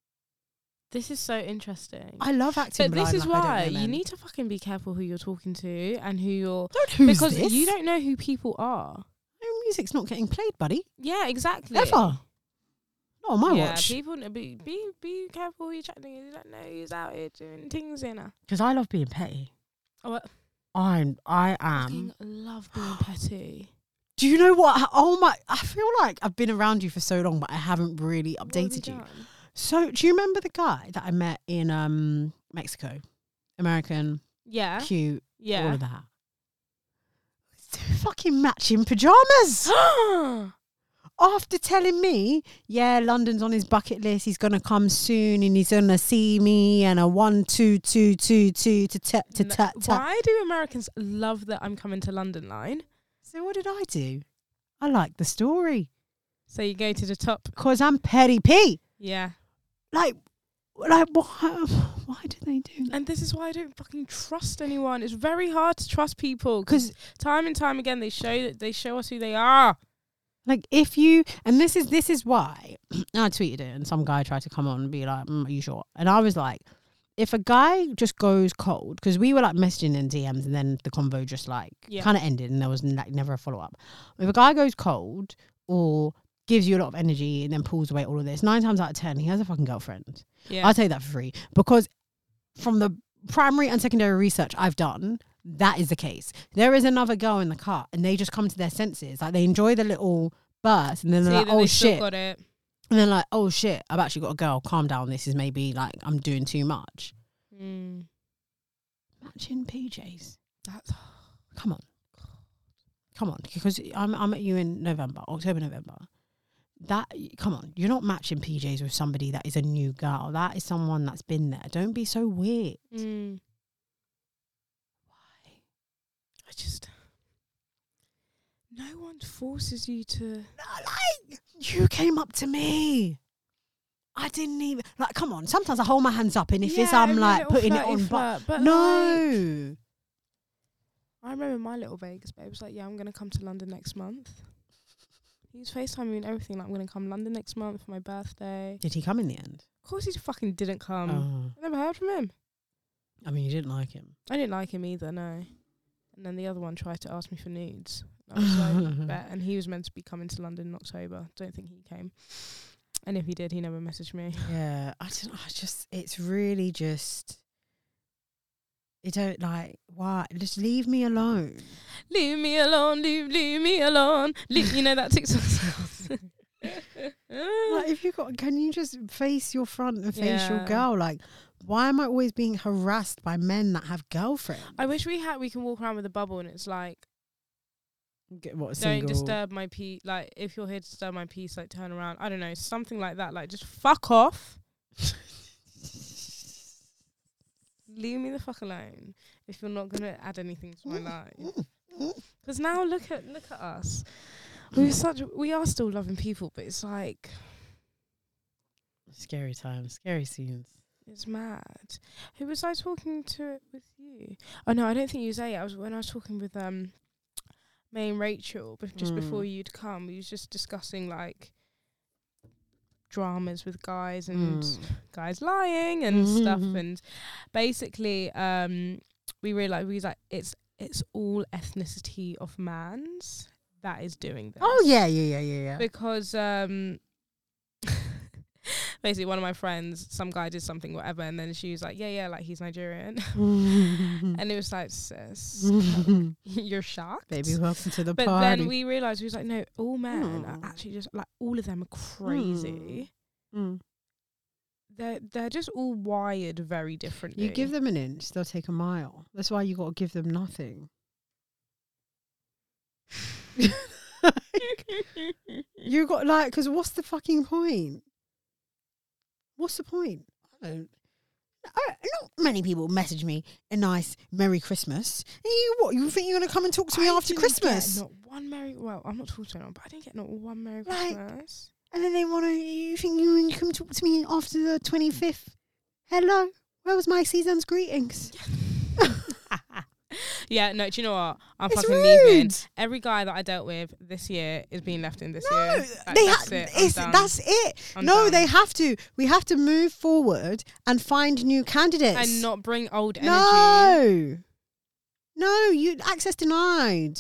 B: This is so interesting.
A: I love acting.
B: but this
A: blind,
B: is
A: like, I don't
B: why
A: know
B: you
A: men.
B: need to fucking be careful who you're talking to and who you're
A: Don't who's
B: because
A: this?
B: you don't know who people are.
A: Your music's not getting played, buddy.
B: Yeah, exactly.
A: Ever. Not on my
B: yeah,
A: watch.
B: people n- be be be careful who you're chatting. to. You don't know who's out here doing things in her.
A: Because I love being petty.
B: Oh,
A: I'm. I
B: I
A: am.
B: fucking love being petty.
A: Do you know what? Oh my! I feel like I've been around you for so long, but I haven't really
B: What have
A: updated you.
B: done?
A: So, do you remember the guy that I met in um Mexico? American,
B: Yeah,
A: cute, all
B: yeah.
A: of that. Two fucking matching pajamas. after telling me, yeah, London's on his bucket list, he's gonna come soon and he's gonna see me and a one, two, two, two, two to tap to
B: N-
A: tap tap.
B: Why do Americans love that I'm coming to London line?
A: So what did I do? I like the story.
B: So you go to the top.
A: Cause I'm petty P.
B: Yeah,
A: Like like why why do they do that?
B: and this is why I don't fucking trust anyone. It's very hard to trust people because
A: Because
B: time and time again they show they show us who they are.
A: like if you and this is this is why I tweeted it and some guy tried to come on and be like, mm, "Are you sure?" And I was like, if a guy just goes cold because we were like messaging in DMs and then the convo just like
B: Yeah.
A: kind of ended and there was like never a follow up. If a guy goes cold or gives you a lot of energy and then pulls away all of this, nine times out of ten he has a fucking girlfriend.
B: Yeah,
A: I'll tell you that for free because from the primary and secondary research I've done, that is the case. There is another girl in the car, and they just come to their senses. Like they enjoy the little burst, and then
B: See
A: they're like,
B: that
A: "Oh
B: they still
A: shit,"
B: Got it.
A: and they're like, "Oh shit, I've actually got a girl. Calm down. This is maybe like I'm doing too much."
B: Mm.
A: Matching PJs.
B: That's
A: Come on, come on, because I'm I'm at you in November, October, November. That come on, you're not matching PJs with somebody that is a new girl. That is someone that's been there. Don't be so weird.
B: Mm. Why? I just. No one forces you to.
A: No, like you came up to me. I didn't even like. Come on. Sometimes I hold my hands up, and if it's
B: Yeah,
A: I'm
B: every
A: like
B: little
A: putting it
B: flirty
A: on, but,
B: flirt, but like-
A: no.
B: I remember my little Vegas babe was like, "Yeah, I'm gonna come to London next month." He was FaceTiming me and everything. Like, I'm gonna come London next month for my birthday.
A: Did he come in the end?
B: Of course, he fucking didn't come. I never heard from him.
A: Oh, I mean, you didn't like him.
B: I didn't like him either. No. And then the other one tried to ask me for nudes. I was like, bet. And he was meant to be coming to London in October. Don't think he came. And if he did, he never messaged me.
A: Yeah, I don't. I just. It's really just. You don't like why? Just leave me alone.
B: Leave me alone, leave, leave me alone. Leave, you know that TikTok sound.
A: Like, if you got, can you just face your front and face your
B: Yeah.
A: girl? Like, why am I always being harassed by men that have girlfriends?
B: I wish we had. We can walk around with a bubble, and it's like,
A: Get what
B: don't disturb my peace. Like, if you're here to disturb my peace, like turn around. I don't know, something like that. Like, just fuck off. Leave me the fuck alone. If you're not gonna add anything to my life,
A: Mm.
B: because now look at look at us. We're such. We are still loving people, but it's like
A: Scary times, scary scenes.
B: It's mad. Who was I talking to it with you? Oh no, I don't think you was there. I was when I was talking with um May and Rachel, but just
A: Mm.
B: before you'd come, we was just discussing like dramas with guys and
A: Hmm.
B: guys lying and stuff
A: Mm-hmm.
B: and basically um we realized we was like it's it's all ethnicity of man's that is doing this
A: Oh yeah, yeah, yeah, yeah, yeah.
B: because um basically one of my friends some guy did something whatever and then she was like yeah yeah like he's nigerian and it was like sis you're shocked
A: Baby, welcome to the
B: but
A: party.
B: then we realized we was like no all men are
A: Hmm.
B: actually just like all of them are crazy
A: Mm.
B: they're they're just all wired very differently
A: You give them an inch, they'll take a mile. That's why you got to give them nothing. You got like, because what's the fucking point? What's the point? I don't. I, not many people message me a nice Merry Christmas. You what? You think you're gonna come and talk to me
B: I
A: after
B: didn't get
A: Christmas?
B: not one merry well i'm not talking about but i didn't get not one merry
A: Like-
B: christmas
A: And then they want to. You think you can come talk to me after the twenty fifth? Hello, where was my season's greetings?
B: yeah no do you know what i'm
A: It's
B: fucking leaving
A: rude.
B: every guy that i dealt with this year is being left in this
A: No,
B: year Like,
A: they
B: that's
A: ha-
B: it, I'm
A: it's,
B: done.
A: that's it.
B: I'm
A: no,
B: done.
A: they have to. We have to move forward and find new candidates.
B: and not bring old energy
A: no, no, you access denied.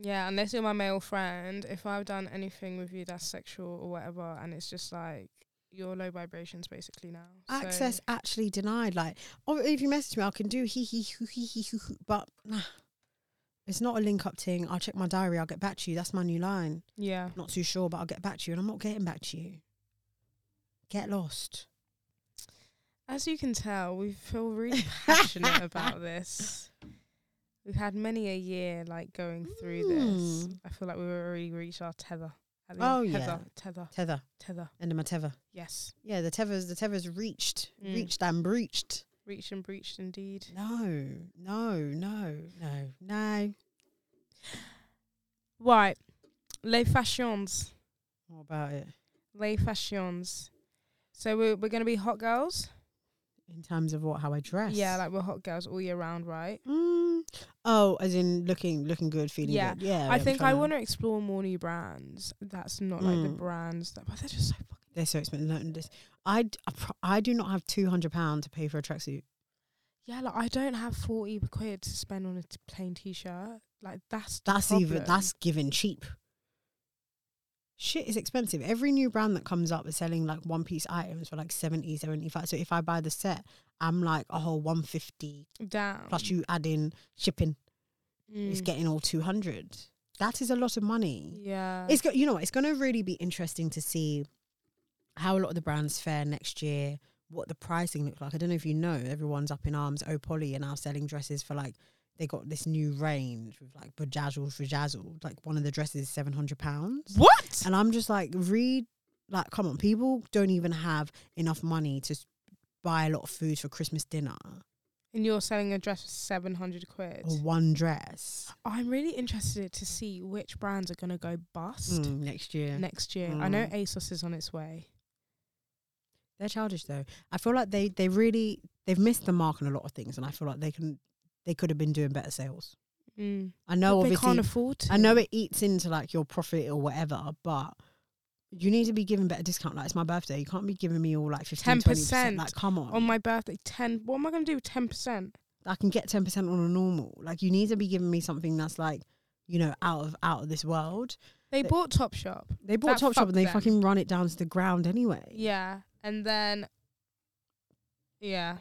B: Yeah, unless you're my male friend, if I've done anything with you that's sexual or whatever, and it's just like you're low vibrations basically now. So-
A: Access actually denied. Like, oh, if you message me, I can do he he hoo he he hoo hoo. But nah, it's not a link up thing. I'll check my diary. I'll get back to you. That's my new line.
B: yeah,
A: Not too sure, but I'll get back to you. And I'm not getting back to you. Get lost.
B: as you can tell, we feel really passionate about this. We've had many a year like going through this.
A: Mm.
B: I feel like we've already reached our tether. at the
A: Oh,
B: end.
A: yeah.
B: tether, tether,
A: Tether.
B: tether.
A: End of my tether.
B: Yes,
A: Yeah, the tethers. The tethers reached,
B: Mm.
A: reached and breached.
B: reached and breached indeed.
A: No, no, no, no, no.
B: Right, les fashions,
A: What about it?
B: les fashions. So we're we're gonna be hot girls.
A: In terms of what? How I dress?
B: Yeah, like we're hot girls all year round, right?
A: Mm. Oh, as in looking, looking good, feeling
B: Yeah.
A: good. Yeah.
B: I think I want
A: to.
B: to explore more new brands. That's not like the
A: Mm.
B: brands that, but they're just so fucking.
A: They're so expensive. No, this- I, d- I, pro- I do not have two hundred pound to pay for a tracksuit.
B: Yeah, like I don't have forty quid to spend on a t- plain t-shirt. Like that's the
A: That's even
B: problem.
A: that's given cheap. Shit is expensive. Every new brand that comes up is selling like one piece items for like 70, 75. So if I buy the set, I'm like a whole 150
B: down.
A: plus you add in shipping, it's
B: Um. Mm.
A: getting all 200. That is a lot of money.
B: yeah.
A: It's go- you know what, it's going to really be interesting to see how a lot of the brands fare next year. What the pricing looks like. I don't know if you know, everyone's up in arms. Oh, Polly are now selling dresses for like they got this new range with like bedazzled, bedazzled. Like one of the dresses is seven hundred pounds,
B: what?
A: and I'm just like, read, like, come on, people don't even have enough money to s- buy a lot of food for Christmas dinner
B: And you're selling a dress for seven hundred quid.
A: or one dress
B: I'm really interested to see which brands are gonna go bust
A: Mm, next year.
B: next year. I know
A: Mm.
B: ASOS is on its way.
A: They're childish though. I feel like they they really they've missed the mark on a lot of things, and I feel like they can they could have been doing better sales.
B: Mm.
A: I know
B: but they
A: obviously
B: can't afford. To.
A: I know it eats into like your profit or whatever, but you need to be giving better discount. Like it's my birthday, you can't be giving me all like 15 20 percent.
B: 10%.
A: Like come on,
B: on my birthday. Ten. What am I gonna do? with Ten percent.
A: I can get ten percent on a normal. Like you need to be giving me something that's like you know out of out of this world.
B: They
A: They-
B: bought Topshop.
A: They bought
B: That
A: Topshop and they
B: fucked them.
A: fucking run it down to the ground anyway.
B: Yeah, and then yeah,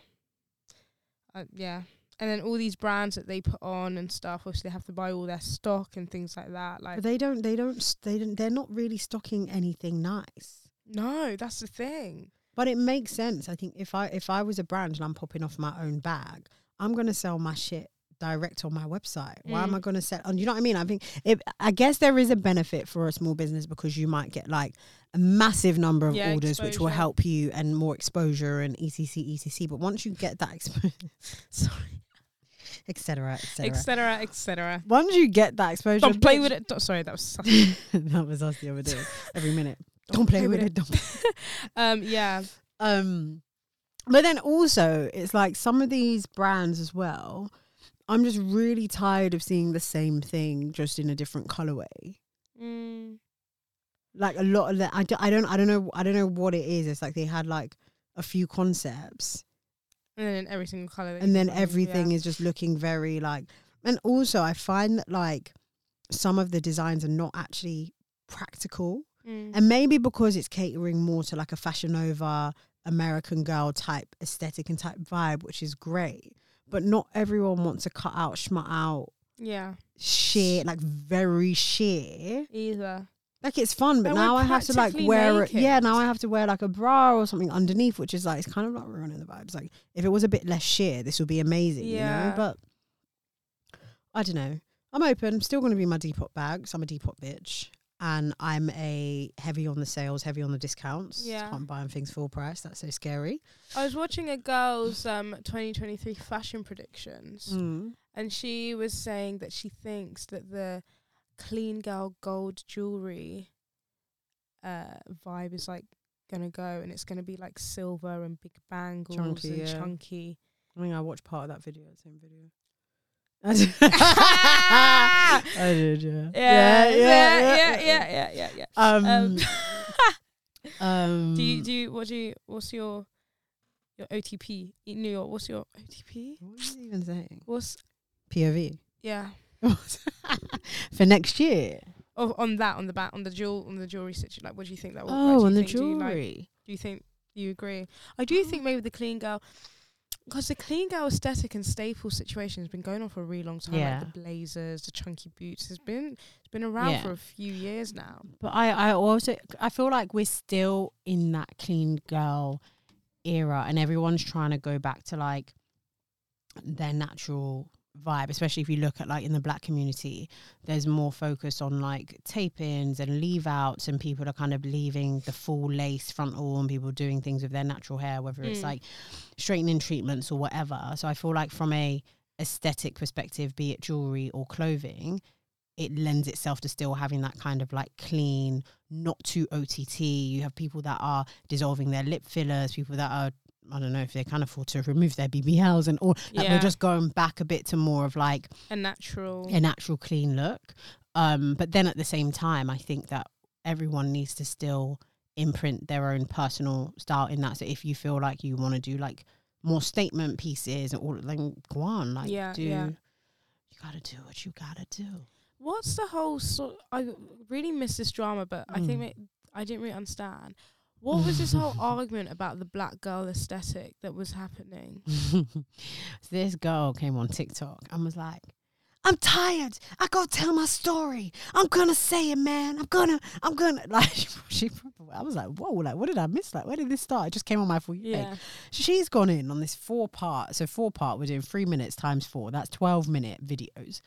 B: uh, yeah, and then all these brands that they put on and stuff. Obviously, they have to buy all their stock and things like that. Like,
A: But they don't. They don't. s- They don't. They're not really stocking anything nice.
B: no, that's the thing.
A: But it makes sense. I think if I if I was a brand and I'm popping off my own bag, I'm gonna sell my shit direct on my website. Why am
B: Mm.
A: I gonna sell? And you know what I mean? I think it, I guess there is a benefit for a small business because you might get like a massive number of
B: Yeah,
A: orders, which will
B: exposure.
A: help you and more exposure and etc etc. But once you get that exposure, sorry, etc etc.
B: Etc. Etc.
A: Once you get that exposure,
B: Don't play
A: bitch-
B: with it. Don't- sorry, that was. Such
A: that was us the other day. Every minute. Don't, play, with it. Don't
B: um. Yeah.
A: um but then also it's like some of these brands as well i'm just really tired of seeing the same thing just in a different colorway
B: Mm.
A: like a lot of the I, do, I don't I don't know I don't know what it is. It's like they had like a few concepts
B: And then every single colour. that you
A: and then
B: can find,
A: everything
B: yeah.
A: is just looking very like and also I find that like some of the designs are not actually practical
B: Mm.
A: and maybe because it's catering more to like a fashion over American girl type aesthetic and type vibe, which is great. But not everyone wants to cut out, schmut out,
B: yeah,
A: sheer, like very sheer.
B: either.
A: Like it's fun, but
B: And we're
A: now I have to like
B: practically
A: wear it.
B: naked.
A: Yeah, now I have to wear like a bra or something underneath, which is like it's kind of like ruining the vibes. Like if it was a bit less sheer, this would be amazing. You know,
B: Yeah.
A: but I don't know. I'm open. I'm still going to be my Depop bags. I'm a Depop bitch, and I'm a heavy on the sales, heavy on the discounts.
B: Yeah.
A: can't buy things full price. That's so scary.
B: I was watching a girl's um 2023 fashion predictions, and she was saying that she thinks that the clean girl gold jewelry uh vibe is like gonna go, and it's gonna be like silver and big bangles
A: Chunky,
B: and
A: yeah.
B: chunky.
A: I mean, I watched part of that video. The same video. I did. I did. Yeah.
B: Yeah, yeah, yeah, yeah, yeah, yeah, yeah.
A: Um.
B: Um,
A: um
B: do you do you, what do you what's your your OTP in New York? What's your OTP?
A: What is he even saying?
B: What's
A: POV.
B: yeah?
A: For next year.
B: Oh, on that, on the back, on the jewel, on the jewelry situation. Like, what do you think that will? like,
A: Oh,
B: do
A: and
B: you
A: the
B: think- Do you, like-
A: jewelry.
B: do you think you agree? I do
A: Um.
B: think maybe the clean girl, because the clean girl aesthetic and staple situation has been going on for a really long time.
A: Yeah.
B: Like the blazers, the chunky boots has been it's been around
A: Yeah.
B: for a few years now.
A: But I, I also I feel like we're still in that clean girl era and everyone's trying to go back to like their natural vibe, especially if you look at like in the black community, there's more focus on like tape ins and leave outs and people are kind of leaving the full lace frontal and people doing things with their natural hair, whether it's
B: Mm.
A: like straightening treatments or whatever. So I feel like from a aesthetic perspective, be it jewelry or clothing, it lends itself to still having that kind of like clean, not too OTT. You have people that are dissolving their lip fillers, people that are I don't know if they can afford to remove their BBLs and all. Like We're
B: Yeah.
A: just going back a bit to more of like
B: A natural.
A: a natural, clean look. Um, but then at the same time, I think that everyone needs to still imprint their own personal style in that. So if you feel like you want to do like more statement pieces and all, then go on, like
B: Yeah,
A: do.
B: yeah.
A: You gotta do what you gotta do.
B: What's the whole sort? I really miss this drama, but I think
A: Mm.
B: it, I didn't really understand. What was this whole argument about the black girl aesthetic that was happening?
A: so this girl came on TikTok and was like, I'm tired. I gotta tell my story. I'm gonna say it, man. I'm gonna, I'm gonna. Like, she, I was like, whoa, like, what did I miss? Like, where did this start? It just came on my full
B: Yeah,
A: She's gone in on this four part. So four part, we're doing three minutes times four. That's twelve minute videos.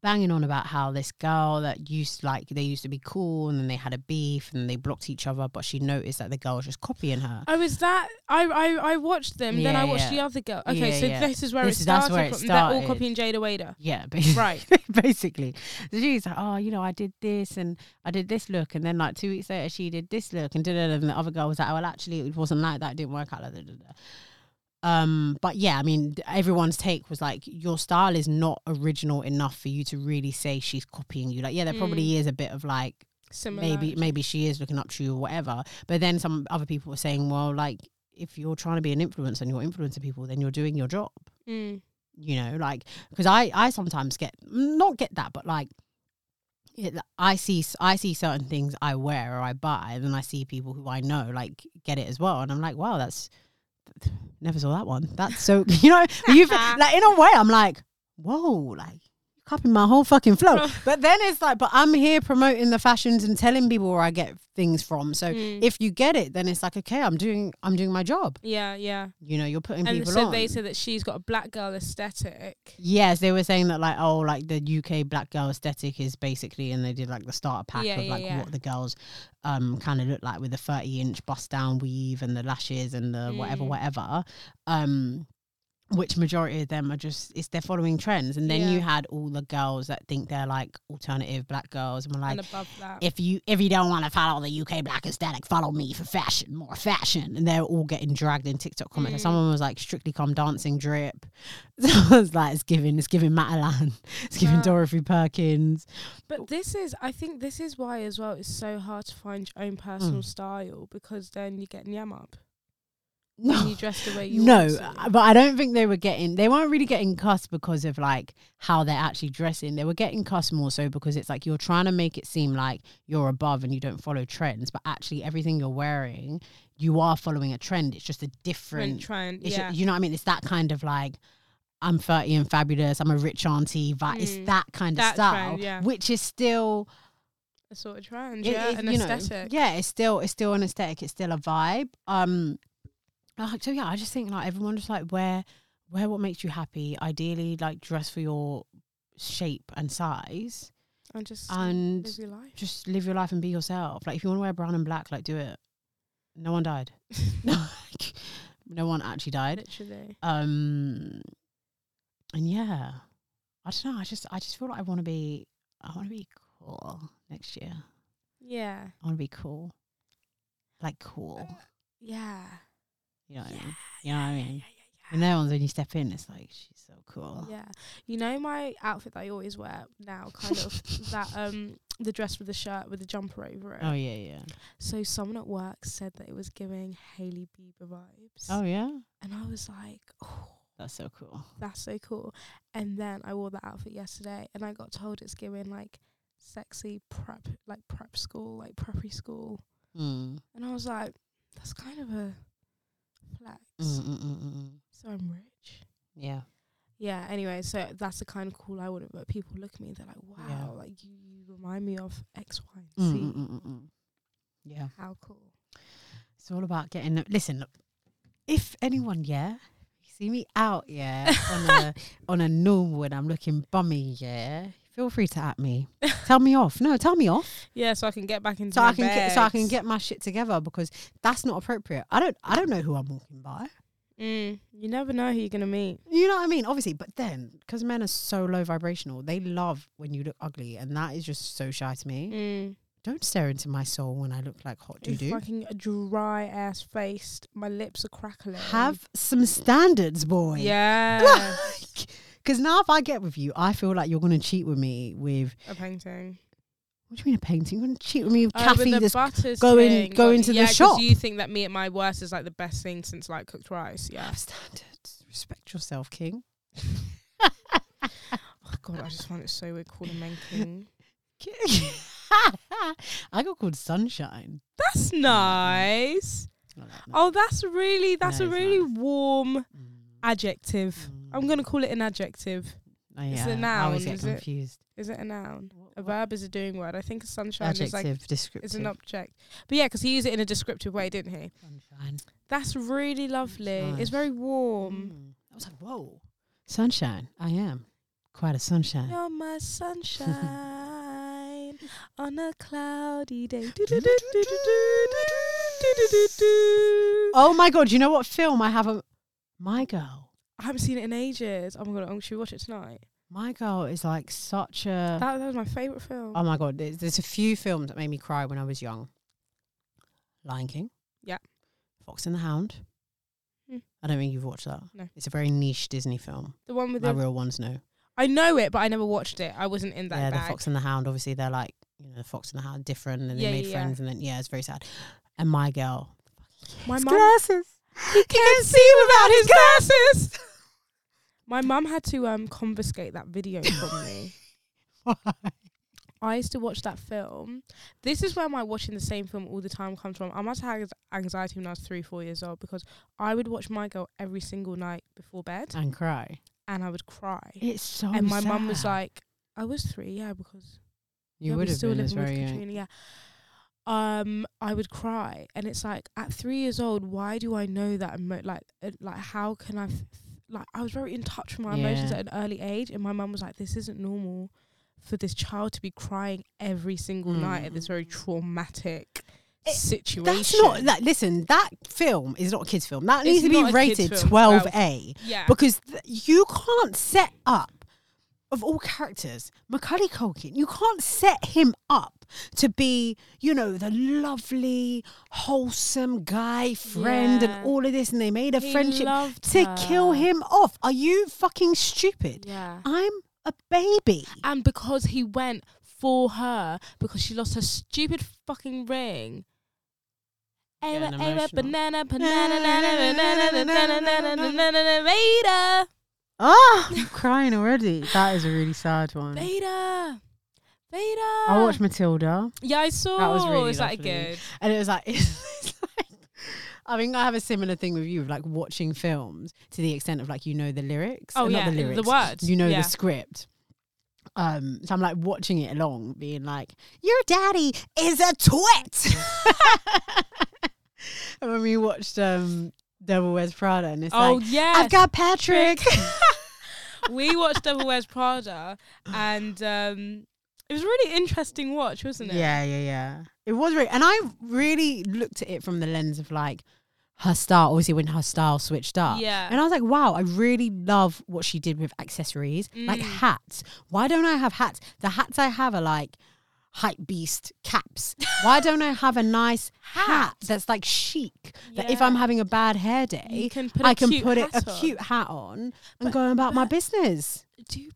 A: Banging on about how this girl that used like they used to be cool and then they had a beef and they blocked each other, but she noticed that the girl was just copying her.
B: I was Oh, that. I I, I watched them. then I
A: Yeah,
B: watched
A: yeah.
B: the other girl. Okay,
A: Yeah,
B: so
A: yeah.
B: this is where
A: This-
B: it
A: that's
B: started.
A: where it
B: from. They're all
A: started.
B: copying Jada Wader.
A: Yeah, basically.
B: Right.
A: basically. So she's like, oh, you know, I did this and I did this look. And then, like, two weeks later, she did this look. And, da da da. and the other girl was like, oh, well, actually, it wasn't like that. It didn't work out. Like, da, da, da. Um, but yeah, I mean, th- everyone's take was like, your style is not original enough for you to really say she's copying you. Like, yeah, there probably is a bit of like,
B: Mm. Similar.
A: maybe maybe she is looking up to you or whatever. But then some other people were saying, well, like, if you're trying to be an influencer and you're influencing people, then you're doing your job
B: Mm.
A: you know like because i i sometimes get not get that but like it, i see s- i see certain things i wear or i buy and then i see people who i know like get it as well and i'm like wow that's never saw that one that's so you know you like in a way i'm like whoa like copying my whole fucking flow but then it's like but i'm here promoting the fashions and telling people where i get things from so
B: Mm.
A: if you get it then it's like okay i'm doing i'm doing my job
B: Yeah, yeah.
A: you know you're putting
B: And
A: people
B: so
A: on
B: they said that she's got a black girl aesthetic.
A: Yes, they were saying that like oh like the UK black girl aesthetic is basically and they did like the starter pack
B: Yeah,
A: of
B: yeah,
A: like
B: yeah.
A: what the girls um kind of look like with the 30 inch bust down weave and the lashes and the whatever
B: Mm.
A: whatever um which majority of them are just it's they're following trends. And then
B: Yeah.
A: you had all the girls that think they're like alternative black girls and were like
B: and above that.
A: if you if you don't want to follow the UK black aesthetic, follow me for fashion, more fashion. And they're all getting dragged in TikTok comments. And
B: Mm.
A: Someone was like, "Strictly Come Dancing drip." So I was like, "It's giving, it's giving Matalan, it's giving
B: Nah.
A: Dorothy Perkins."
B: But this is, I think, this is why as well. It's so hard to find your own
A: Mm.
B: personal style because then you get nyam up and
A: No,
B: you dress the way you
A: no, uh,
B: want to.
A: but I don't think they were getting. They weren't really getting cussed because of like how they're actually dressing. They were getting cussed more so because it's like you're trying to make it seem like you're above and you don't follow trends, but actually everything you're wearing, you are following a trend. It's just a
B: Trying,
A: different
B: trying,
A: It's
B: yeah.
A: you know what I mean? It's that kind of like I'm 30 and fabulous. I'm a rich auntie. But it's
B: Mm.
A: that kind of
B: That
A: style,
B: trend, yeah.
A: which is still
B: a sort of trend,
A: it-
B: yeah,
A: it-
B: an
A: you know,
B: aesthetic.
A: yeah, it's still it's still an aesthetic. It's still a vibe. Um, uh, so yeah, I just think like everyone just like wear wear what makes you happy. Ideally, like dress for your shape and size,
B: and just
A: and
B: live your life.
A: just live your life and be yourself. Like if you want to wear brown and black, like do it. No one died. Like, no one actually died.
B: Literally,
A: um and yeah i don't know i just i just feel like i want to be i want to be cool next year
B: yeah,
A: i want to be cool like cool
B: yeah.
A: you know what
B: yeah,
A: i mean you
B: yeah,
A: know what i
B: yeah,
A: mean
B: yeah,
A: and
B: yeah,
A: that one's when you step in it's like she's so cool
B: yeah. You know my outfit that I always wear now, kind of that um the dress with the shirt with the jumper over it.
A: oh yeah yeah
B: So someone at work said that it was giving Hailey Bieber vibes,
A: oh yeah
B: and I was like, oh,
A: that's so cool
B: that's so cool. And then I wore that outfit yesterday, and I got told it's giving like sexy prep, like prep school, like preppy school,
A: mm.
B: and I was like, that's kind of a flex.
A: Mm, mm, mm, mm, mm.
B: So I'm rich.
A: yeah
B: Yeah. Anyway, so that's the kind of cool I wouldn't. But people look at me, they're like, wow,
A: Yeah.
B: like you, you remind me of X, Y, and
A: mm,
B: Z.
A: mm, mm, mm, mm. yeah
B: How cool.
A: It's all about getting. The, listen, look, if anyone, yeah, you see me out, yeah, on a on a normal and I'm looking bummy, yeah, feel free to at me. Tell me off. No, tell me off
B: Yeah, so I can get back into
A: so
B: my
A: I can get so I can
B: bags.
A: get my shit together because that's not appropriate. I don't I don't know who I'm walking by.
B: Mm, you never know who you're gonna meet.
A: You know what I mean? Obviously, but then because men are so low vibrational, they love when you look ugly, and that is just so shy to me.
B: Mm.
A: Don't stare into my soul when I look like hot
B: You
A: doo doo.
B: fucking dry ass faced. My lips are crackling.
A: Have some standards, boy.
B: yeah
A: Because now if I get with you, I feel like you're going to cheat with me with,
B: a painting.
A: what do you mean a painting? You're going to cheat with me with
B: Oh, with
A: Kathy
B: the
A: this...
B: butters
A: go in-
B: thing.
A: go
B: Oh,
A: into the
B: yeah, 'cause
A: shop.
B: You think that me at my worst is like the best thing since like cooked rice. Yeah.
A: Have standards. Respect yourself, king.
B: Oh god, I just find it so weird calling men king.
A: King. I got called sunshine.
B: That's nice.
A: I like that.
B: Oh, that's really that's
A: No,
B: a
A: it's
B: really
A: nice.
B: warm
A: Mm.
B: adjective. I'm gonna call it an adjective.
A: Oh,
B: it's
A: yeah,
B: a
A: I always get
B: noun, is it?
A: confused.
B: Is it a noun?
A: What-
B: A
A: what-
B: verb is a doing word. I think a sunshine
A: Adjective,
B: is like
A: descriptive.
B: is an object. But yeah, 'cause he used it in a descriptive way, didn't he?
A: sunshine.
B: That's really lovely.
A: nice.
B: It's very warm.
A: Mm. I was like, whoa. Sunshine. I am. Quite a sunshine.
B: You're my sunshine on a cloudy day. Do-do-do-do-do-do-do-do-do-do.
A: Oh my God, you know what film I haven't... My Girl.
B: I haven't seen it in ages. Oh my god, oh, should we watch it tonight?
A: My Girl is like such a.
B: That, that was my favourite film.
A: oh my God. There's, there's a few films that made me cry when I was young Lion King.
B: Yeah.
A: Fox and the Hound.
B: Hmm.
A: I don't think you've watched that.
B: No.
A: It's a very niche Disney film.
B: the one with
A: My
B: the
A: real ones know.
B: I know it, but I never watched it. I wasn't in that
A: Yeah, the
B: bag.
A: Fox and the Hound. Obviously, they're like, you know, the Fox and the Hound different and they
B: Yeah,
A: made
B: yeah, yeah.
A: friends and then, yeah, it's very sad. And My Girl.
B: my
A: His
B: mum,
A: glasses. He can't see without his glasses.
B: my mum had to um confiscate that video from me. I used to watch that film. This is where my watching the same film all the time comes from. I must have had anxiety when I was three, four years old because I would watch My Girl every single night before bed
A: and cry.
B: and I would cry.
A: It's so
B: and my mum was
A: sad.
B: like, I was three, yeah, because
A: you
B: yeah,
A: would
B: we
A: have
B: still
A: been as
B: living with
A: very uh, young.
B: Katrina, yeah. Um, I would cry, and it's like at three years old, why do I know that? Emo- like, uh, like how can I? F- like, I was very in touch with my emotions
A: Yeah.
B: at an early age, and my mum was like, "This isn't normal
A: Mm.
B: for this child to be crying every single night at this very traumatic situation.
A: That's not that. Listen, that film is not a kids' film. That needs
B: It's
A: to
B: not
A: be
B: a kids'
A: rated
B: film,
A: twelve A
B: Yeah.
A: because th- you can't set up of all characters Macaulay Culkin. You can't set him up to be, you know, the lovely, wholesome guy friend
B: Yeah.
A: and all of this, and they made a
B: He
A: friendship
B: loved
A: to kill
B: her.
A: him off. Are you fucking stupid?
B: Yeah.
A: I'm a baby.
B: and because he went for her because she lost her stupid fucking ring. Ava,
A: Getting
B: Ava,
A: emotional.
B: banana, banana, banana, banana, banana, banana, banana, Vader,
A: Ah, I'm crying already. That is a really sad one.
B: Vader, Vader.
A: I watched Matilda.
B: Yeah, I saw.
A: That was really
B: Is that
A: lovely.
B: good?
A: and it was like, it's like I mean, I have a similar thing with you, of like watching films to the extent of like you know the lyrics.
B: Oh,
A: uh,
B: yeah,
A: not the
B: the
A: lyrics,
B: words,
A: You know
B: yeah.
A: the script. Um, so I'm like watching it along, being like, "Your daddy is a twit." and when we watched um, Devil Wears Prada, and it's
B: Oh
A: like,
B: yeah,
A: "I've got Patrick."
B: we watched Devil Wears Prada, and um, it was a really interesting watch, wasn't it?
A: Yeah, yeah, yeah. It was really, and I really looked at it from the lens of like her style. Obviously, when her style switched up,
B: Yeah.
A: And I was like, wow, I really love what she did with accessories, like
B: Mm.
A: hats. Why don't I have hats? The hats I have are like hype beast caps. Why don't I have a nice hat,
B: Hat.
A: that's like chic? That if
B: Yeah.
A: I'm having a bad hair day,
B: You can put
A: I
B: a
A: can
B: cute
A: put it
B: hat
A: a
B: on.
A: cute hat on and go about my business.
B: Do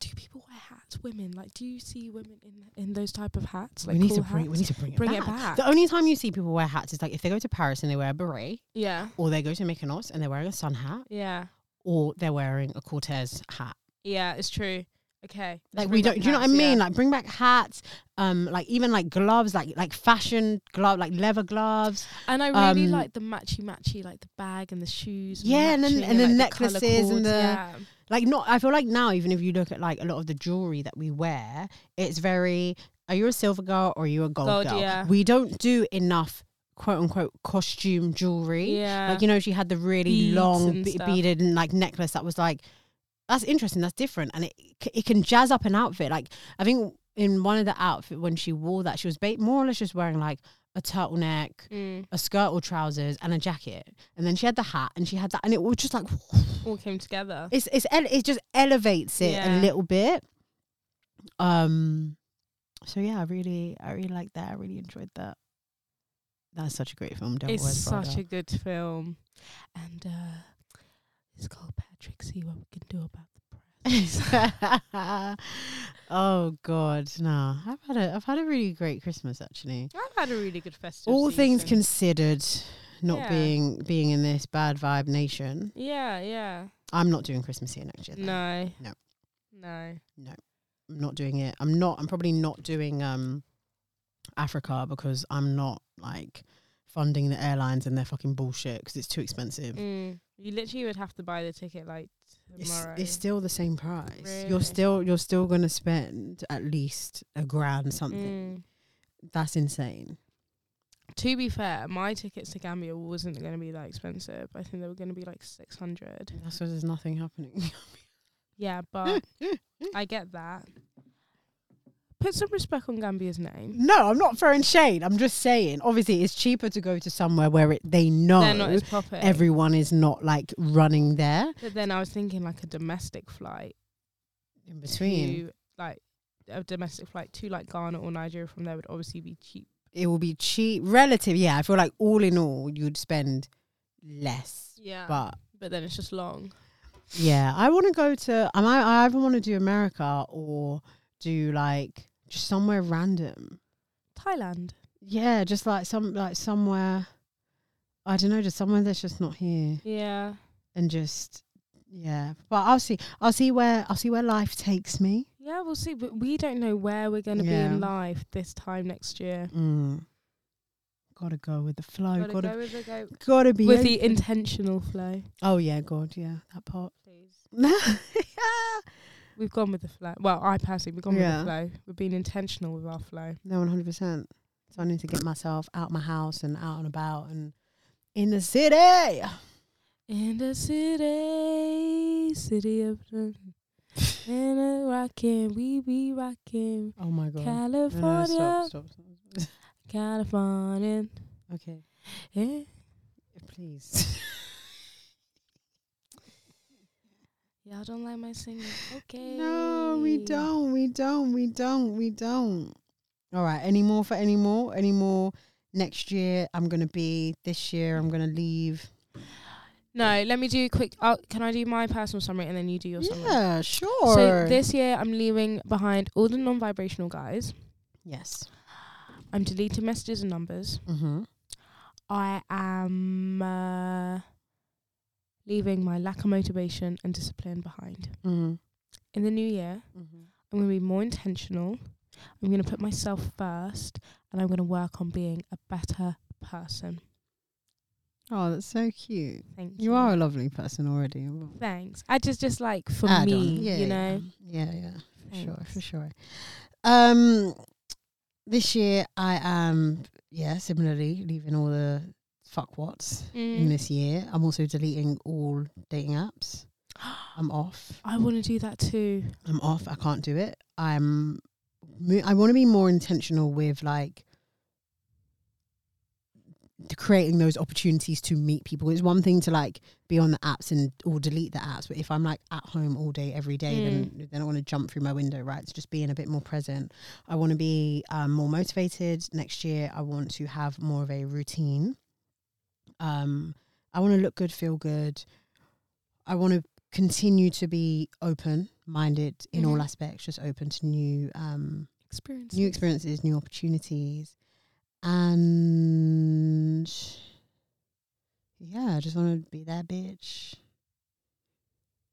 B: do people wear hats? Women like do you see women in in those type of hats? Like
A: we need
B: cool
A: to bring we
B: hats?
A: need to bring it
B: Bring
A: back.
B: it back.
A: The only time you see people wear hats is like if they go to Paris and they wear a beret.
B: yeah,
A: or they go to Mykonos and they're wearing a sun hat,
B: yeah,
A: or they're wearing a Cortez hat.
B: yeah. It's true. Okay, let's
A: Like
B: bring
A: we
B: back
A: don't, do you know what I
B: hats, yeah.
A: mean? Like bring back hats, um, like even like gloves, like like fashion glove, like leather gloves.
B: and I really
A: um,
B: like the matchy matchy, like the bag and the shoes.
A: Yeah, and then- and
B: matching
A: the
B: like, colour
A: necklaces and
B: cords,
A: the-
B: yeah.
A: Like not, I feel like now even if you look at like a lot of the jewelry that we wear, it's very. Are you a silver girl or are you a gold,
B: Gold,
A: girl?
B: yeah.
A: We don't do enough quote unquote costume jewelry.
B: yeah.
A: Like you know, she had the really
B: Beads
A: long
B: and
A: be-
B: stuff.
A: beaded and like necklace that was like, that's interesting. That's different, and it c- it can jazz up an outfit. Like I think in one of the outfit when she wore that, she was ba- more or less just wearing like a turtleneck,
B: Mm,
A: a skirt or trousers, and a jacket, and then she had the hat, and she had that, and it was just like
B: all came together.
A: it's it's ele- it just elevates it
B: Yeah.
A: a little bit. Um, so yeah, I really I really like that. I really enjoyed that. That's such a great film. Devil
B: it's
A: Wears Prada.
B: such a good film, and uh, it's called Patrick. See what we can do about the press.
A: oh God, no! I've had a I've had a really great Christmas actually.
B: I've had a really good festival.
A: All things considered, not
B: Yeah.
A: being being in this bad vibe nation,
B: Yeah, yeah.
A: I'm not doing Christmas here next year. though.
B: No.
A: No.
B: No.
A: I'm not doing it. I'm not. I'm probably not doing um Africa because I'm not like funding the airlines and their fucking bullshit because it's too expensive.
B: Mm. You literally would have to buy the ticket like
A: It's,
B: tomorrow.
A: it's still the same price. You're
B: Really?
A: still you're still gonna spend at least a grand something.
B: Mm.
A: That's insane.
B: To be fair, my tickets to Gambia wasn't going to be that expensive. I think they were going to be like 600.
A: That's why there's nothing happening.
B: Yeah,
A: Hmm.
B: but I get that. Put some respect on Gambia's name.
A: no, I'm not throwing shade. I'm just saying. Obviously, it's cheaper to go to somewhere where it, they
B: They're not
A: know
B: as popular.
A: everyone is not like running there
B: but then I was thinking like a domestic flight
A: in between.
B: to like a domestic flight to like Ghana or Nigeria from there would obviously be cheap.
A: It will be cheap, relative. Yeah, I feel like all in all, you'd spend less.
B: Yeah.
A: But
B: but then it's just long.
A: yeah, I want to go to. I might, I either want to do America or do like just somewhere random.
B: Thailand.
A: Yeah, just like some like somewhere I don't know, just somewhere that's just not here
B: Yeah.
A: and just yeah. But I'll see I'll see where I'll see where life takes me.
B: Yeah, we'll see. But we don't know where we're going to
A: Yeah.
B: be in life this time next year.
A: Mm. Gotta go with the flow. Oh, Gotta
B: Gotta
A: gotta,
B: go with the go-
A: be
B: with
A: open.
B: the intentional flow.
A: Oh yeah, God, yeah, that part.
B: Please. We've gone with the flow. Well, I personally, we've gone
A: Yeah.
B: with the flow. We've been intentional with our flow.
A: no, one hundred percent. So I need to get myself out my house and out and about and in the city.
B: In the city, city of London. In a rockin', we be rockin'.
A: Oh my god. No, no,
B: California,
A: stop, stop, stop.
B: Kind of fun and
A: Okay,
B: eh.
A: please.
B: Y'all don't like my singing. Okay.
A: no, we don't. We don't. We don't. We don't. All right. Any more for any more? Any more? Next year I'm gonna be. This year I'm gonna leave.
B: No, let me do a quick. Uh, can I do my personal summary and then you do your summary?
A: Yeah, sure.
B: So this year, I'm leaving behind all the non-vibrational guys.
A: yes.
B: I'm deleting messages and numbers.
A: Mm-hmm.
B: I am uh, leaving my lack of motivation and discipline behind.
A: Mm-hmm.
B: In the new year, I'm going to be more intentional. I'm going to put myself first and I'm going to work on being a better person.
A: Oh, that's so cute.
B: Thank you.
A: You are a lovely person already. Well,
B: Thanks. I just, just like for
A: add on.
B: me,
A: Yeah, yeah,
B: you know.
A: Yeah, yeah, for sure,
B: Thanks.
A: for sure. Um, this year I am yeah similarly leaving all the fuck whats in
B: Mm.
A: this year. I'm also deleting all dating apps. I'm off.
B: I want to do that too.
A: I'm off. I can't do it. I'm. mo- I want to be more intentional with like t- creating those opportunities to meet people. It's one thing to like be on the apps and or delete the apps, but if I'm like at home all day every day, then then I want to jump through my window, right? So just being a bit more present. I want to be um, more motivated next year. I want to have more of a routine. Um, I want to look good, feel good. I want to continue to be open minded in all
B: Mhm.
A: aspects, just open to new um,
B: Experience.
A: new experiences, new opportunities, and yeah, I just want to be that bitch,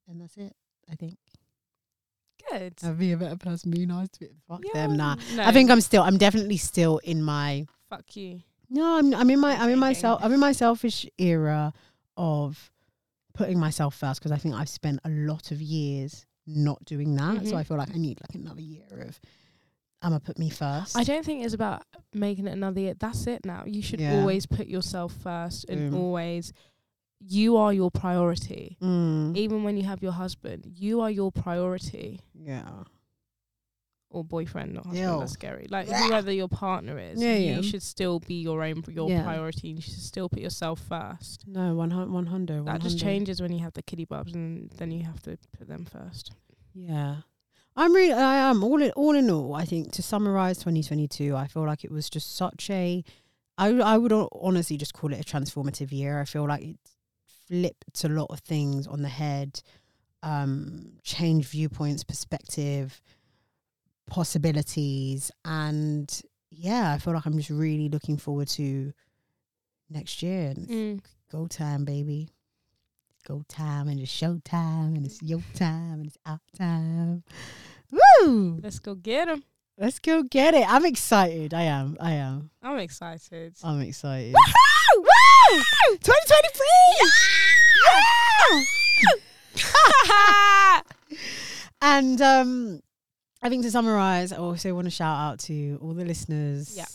A: and that's it. I think
B: Good.
A: I'll be a better person, be nice to it. Oh, Fuck them, nah.
B: No,
A: I think I'm still, I'm definitely still in my
B: Fuck you.
A: no, I'm I'm in my I'm in my
B: Okay.
A: self I'm in my selfish era of putting myself first because I think I've spent a lot of years not doing that,
B: Mhm.
A: so I feel like I need like another year of. I'm gonna put me first.
B: I don't think it's about making it another year. That's it now. You should
A: Yeah.
B: always put yourself first and
A: Mm.
B: always, you are your priority.
A: Mm.
B: Even when you have your husband, you are your priority.
A: Yeah.
B: Or boyfriend, not husband.
A: Ew.
B: That's scary. Like
A: Blech.
B: whoever your partner is,
A: Yeah,
B: you
A: yeah.
B: should still be your own your
A: Yeah.
B: priority. And you should still put yourself first.
A: No, one hundred. One hundred.
B: That just changes when you have the kiddie bobs, and then you have to put them first.
A: Yeah. I'm really. I am all in. All in all, I think to summarize 2022, I feel like it was just such a. I I would hon- honestly just call it a transformative year. I feel like it flipped a lot of things on the head, um, changed viewpoints, perspective, possibilities, and yeah, I feel like I'm just really looking forward to next year and
B: Mm.
A: go time, baby. Go time and it's show time and it's your time and it's our time. Woo!
B: Let's go get 'em.
A: Let's go get it. I'm excited. I am. I am.
B: I'm excited.
A: I'm excited.
B: Woohoo! Woo!
A: 2023! Yeah! and um, I think to summarize, I also want to shout out to all the listeners.
B: Yeah.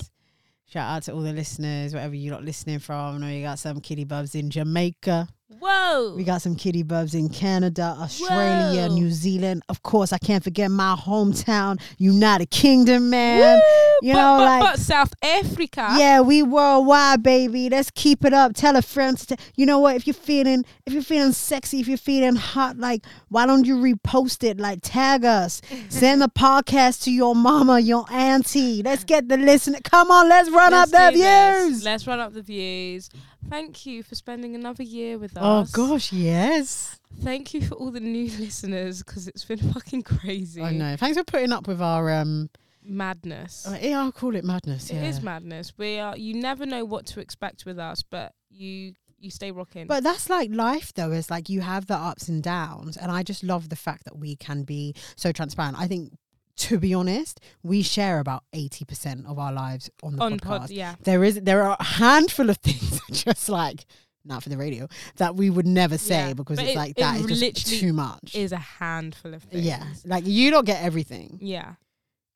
A: Shout out to all the listeners, wherever you're not listening from. I know you got some kiddie bubs in Jamaica.
B: Whoa!
A: We got some kitty bubs in Canada, Australia,
B: Whoa.
A: New Zealand. Of course, I can't forget my hometown, United Kingdom, man. You
B: but,
A: know,
B: but,
A: like
B: but South Africa.
A: yeah, we worldwide, baby. Let's keep it up. Tell a friend. To t- you know what? If you're feeling, if you're feeling sexy, if you're feeling hot, like why don't you repost it? Like tag us. Send the podcast to your mama, your auntie. Let's get the listener. Come on, let's run
B: Let's
A: up
B: do
A: the
B: this.
A: views.
B: Let's run up the views. Thank you for spending another year with
A: Oh
B: us.
A: gosh, yes.
B: Thank you for all the new listeners because it's been fucking crazy.
A: I know. Thanks for putting up with our um.
B: Madness.
A: Uh, yeah, I'll call it madness. Yeah.
B: It is madness. We are. You never know what to expect with us, but you you stay rocking.
A: But that's like life, though. Is like you have the ups and downs, and I just love the fact that we can be so transparent. I think, to be honest, we share about eighty percent of our lives on the
B: on
A: podcast.
B: pod, yeah.
A: There is there are a handful of things just like not for the radio that we would never say
B: Yeah,
A: because
B: but
A: it's
B: it-
A: like
B: it
A: that is just
B: literally
A: too much.
B: Is a handful of things.
A: Yeah, like you don't get everything,
B: Yeah.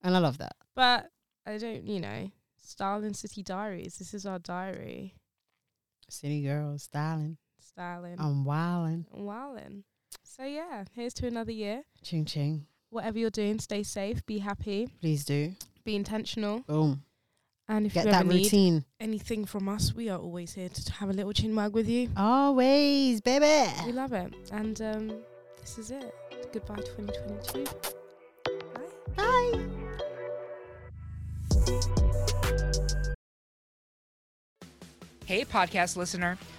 A: and I love that.
B: But I don't. You know, Starling City Diaries. This is our diary.
A: City girls styling,
B: Starling.
A: I'm wilding,
B: Wow then. So yeah, here's to another year.
A: ching ching.
B: Whatever you're doing, stay safe, be happy,
A: Please do.
B: be intentional,
A: Boom.
B: And if
A: Get
B: you
A: that
B: ever need
A: routine.
B: anything from us, we are always here to have a little chin wag with you.
A: Always,
B: We
A: baby.
B: love it. And um, this is it. Goodbye 2022. Bye.
A: Bye.
D: Hey, podcast listener.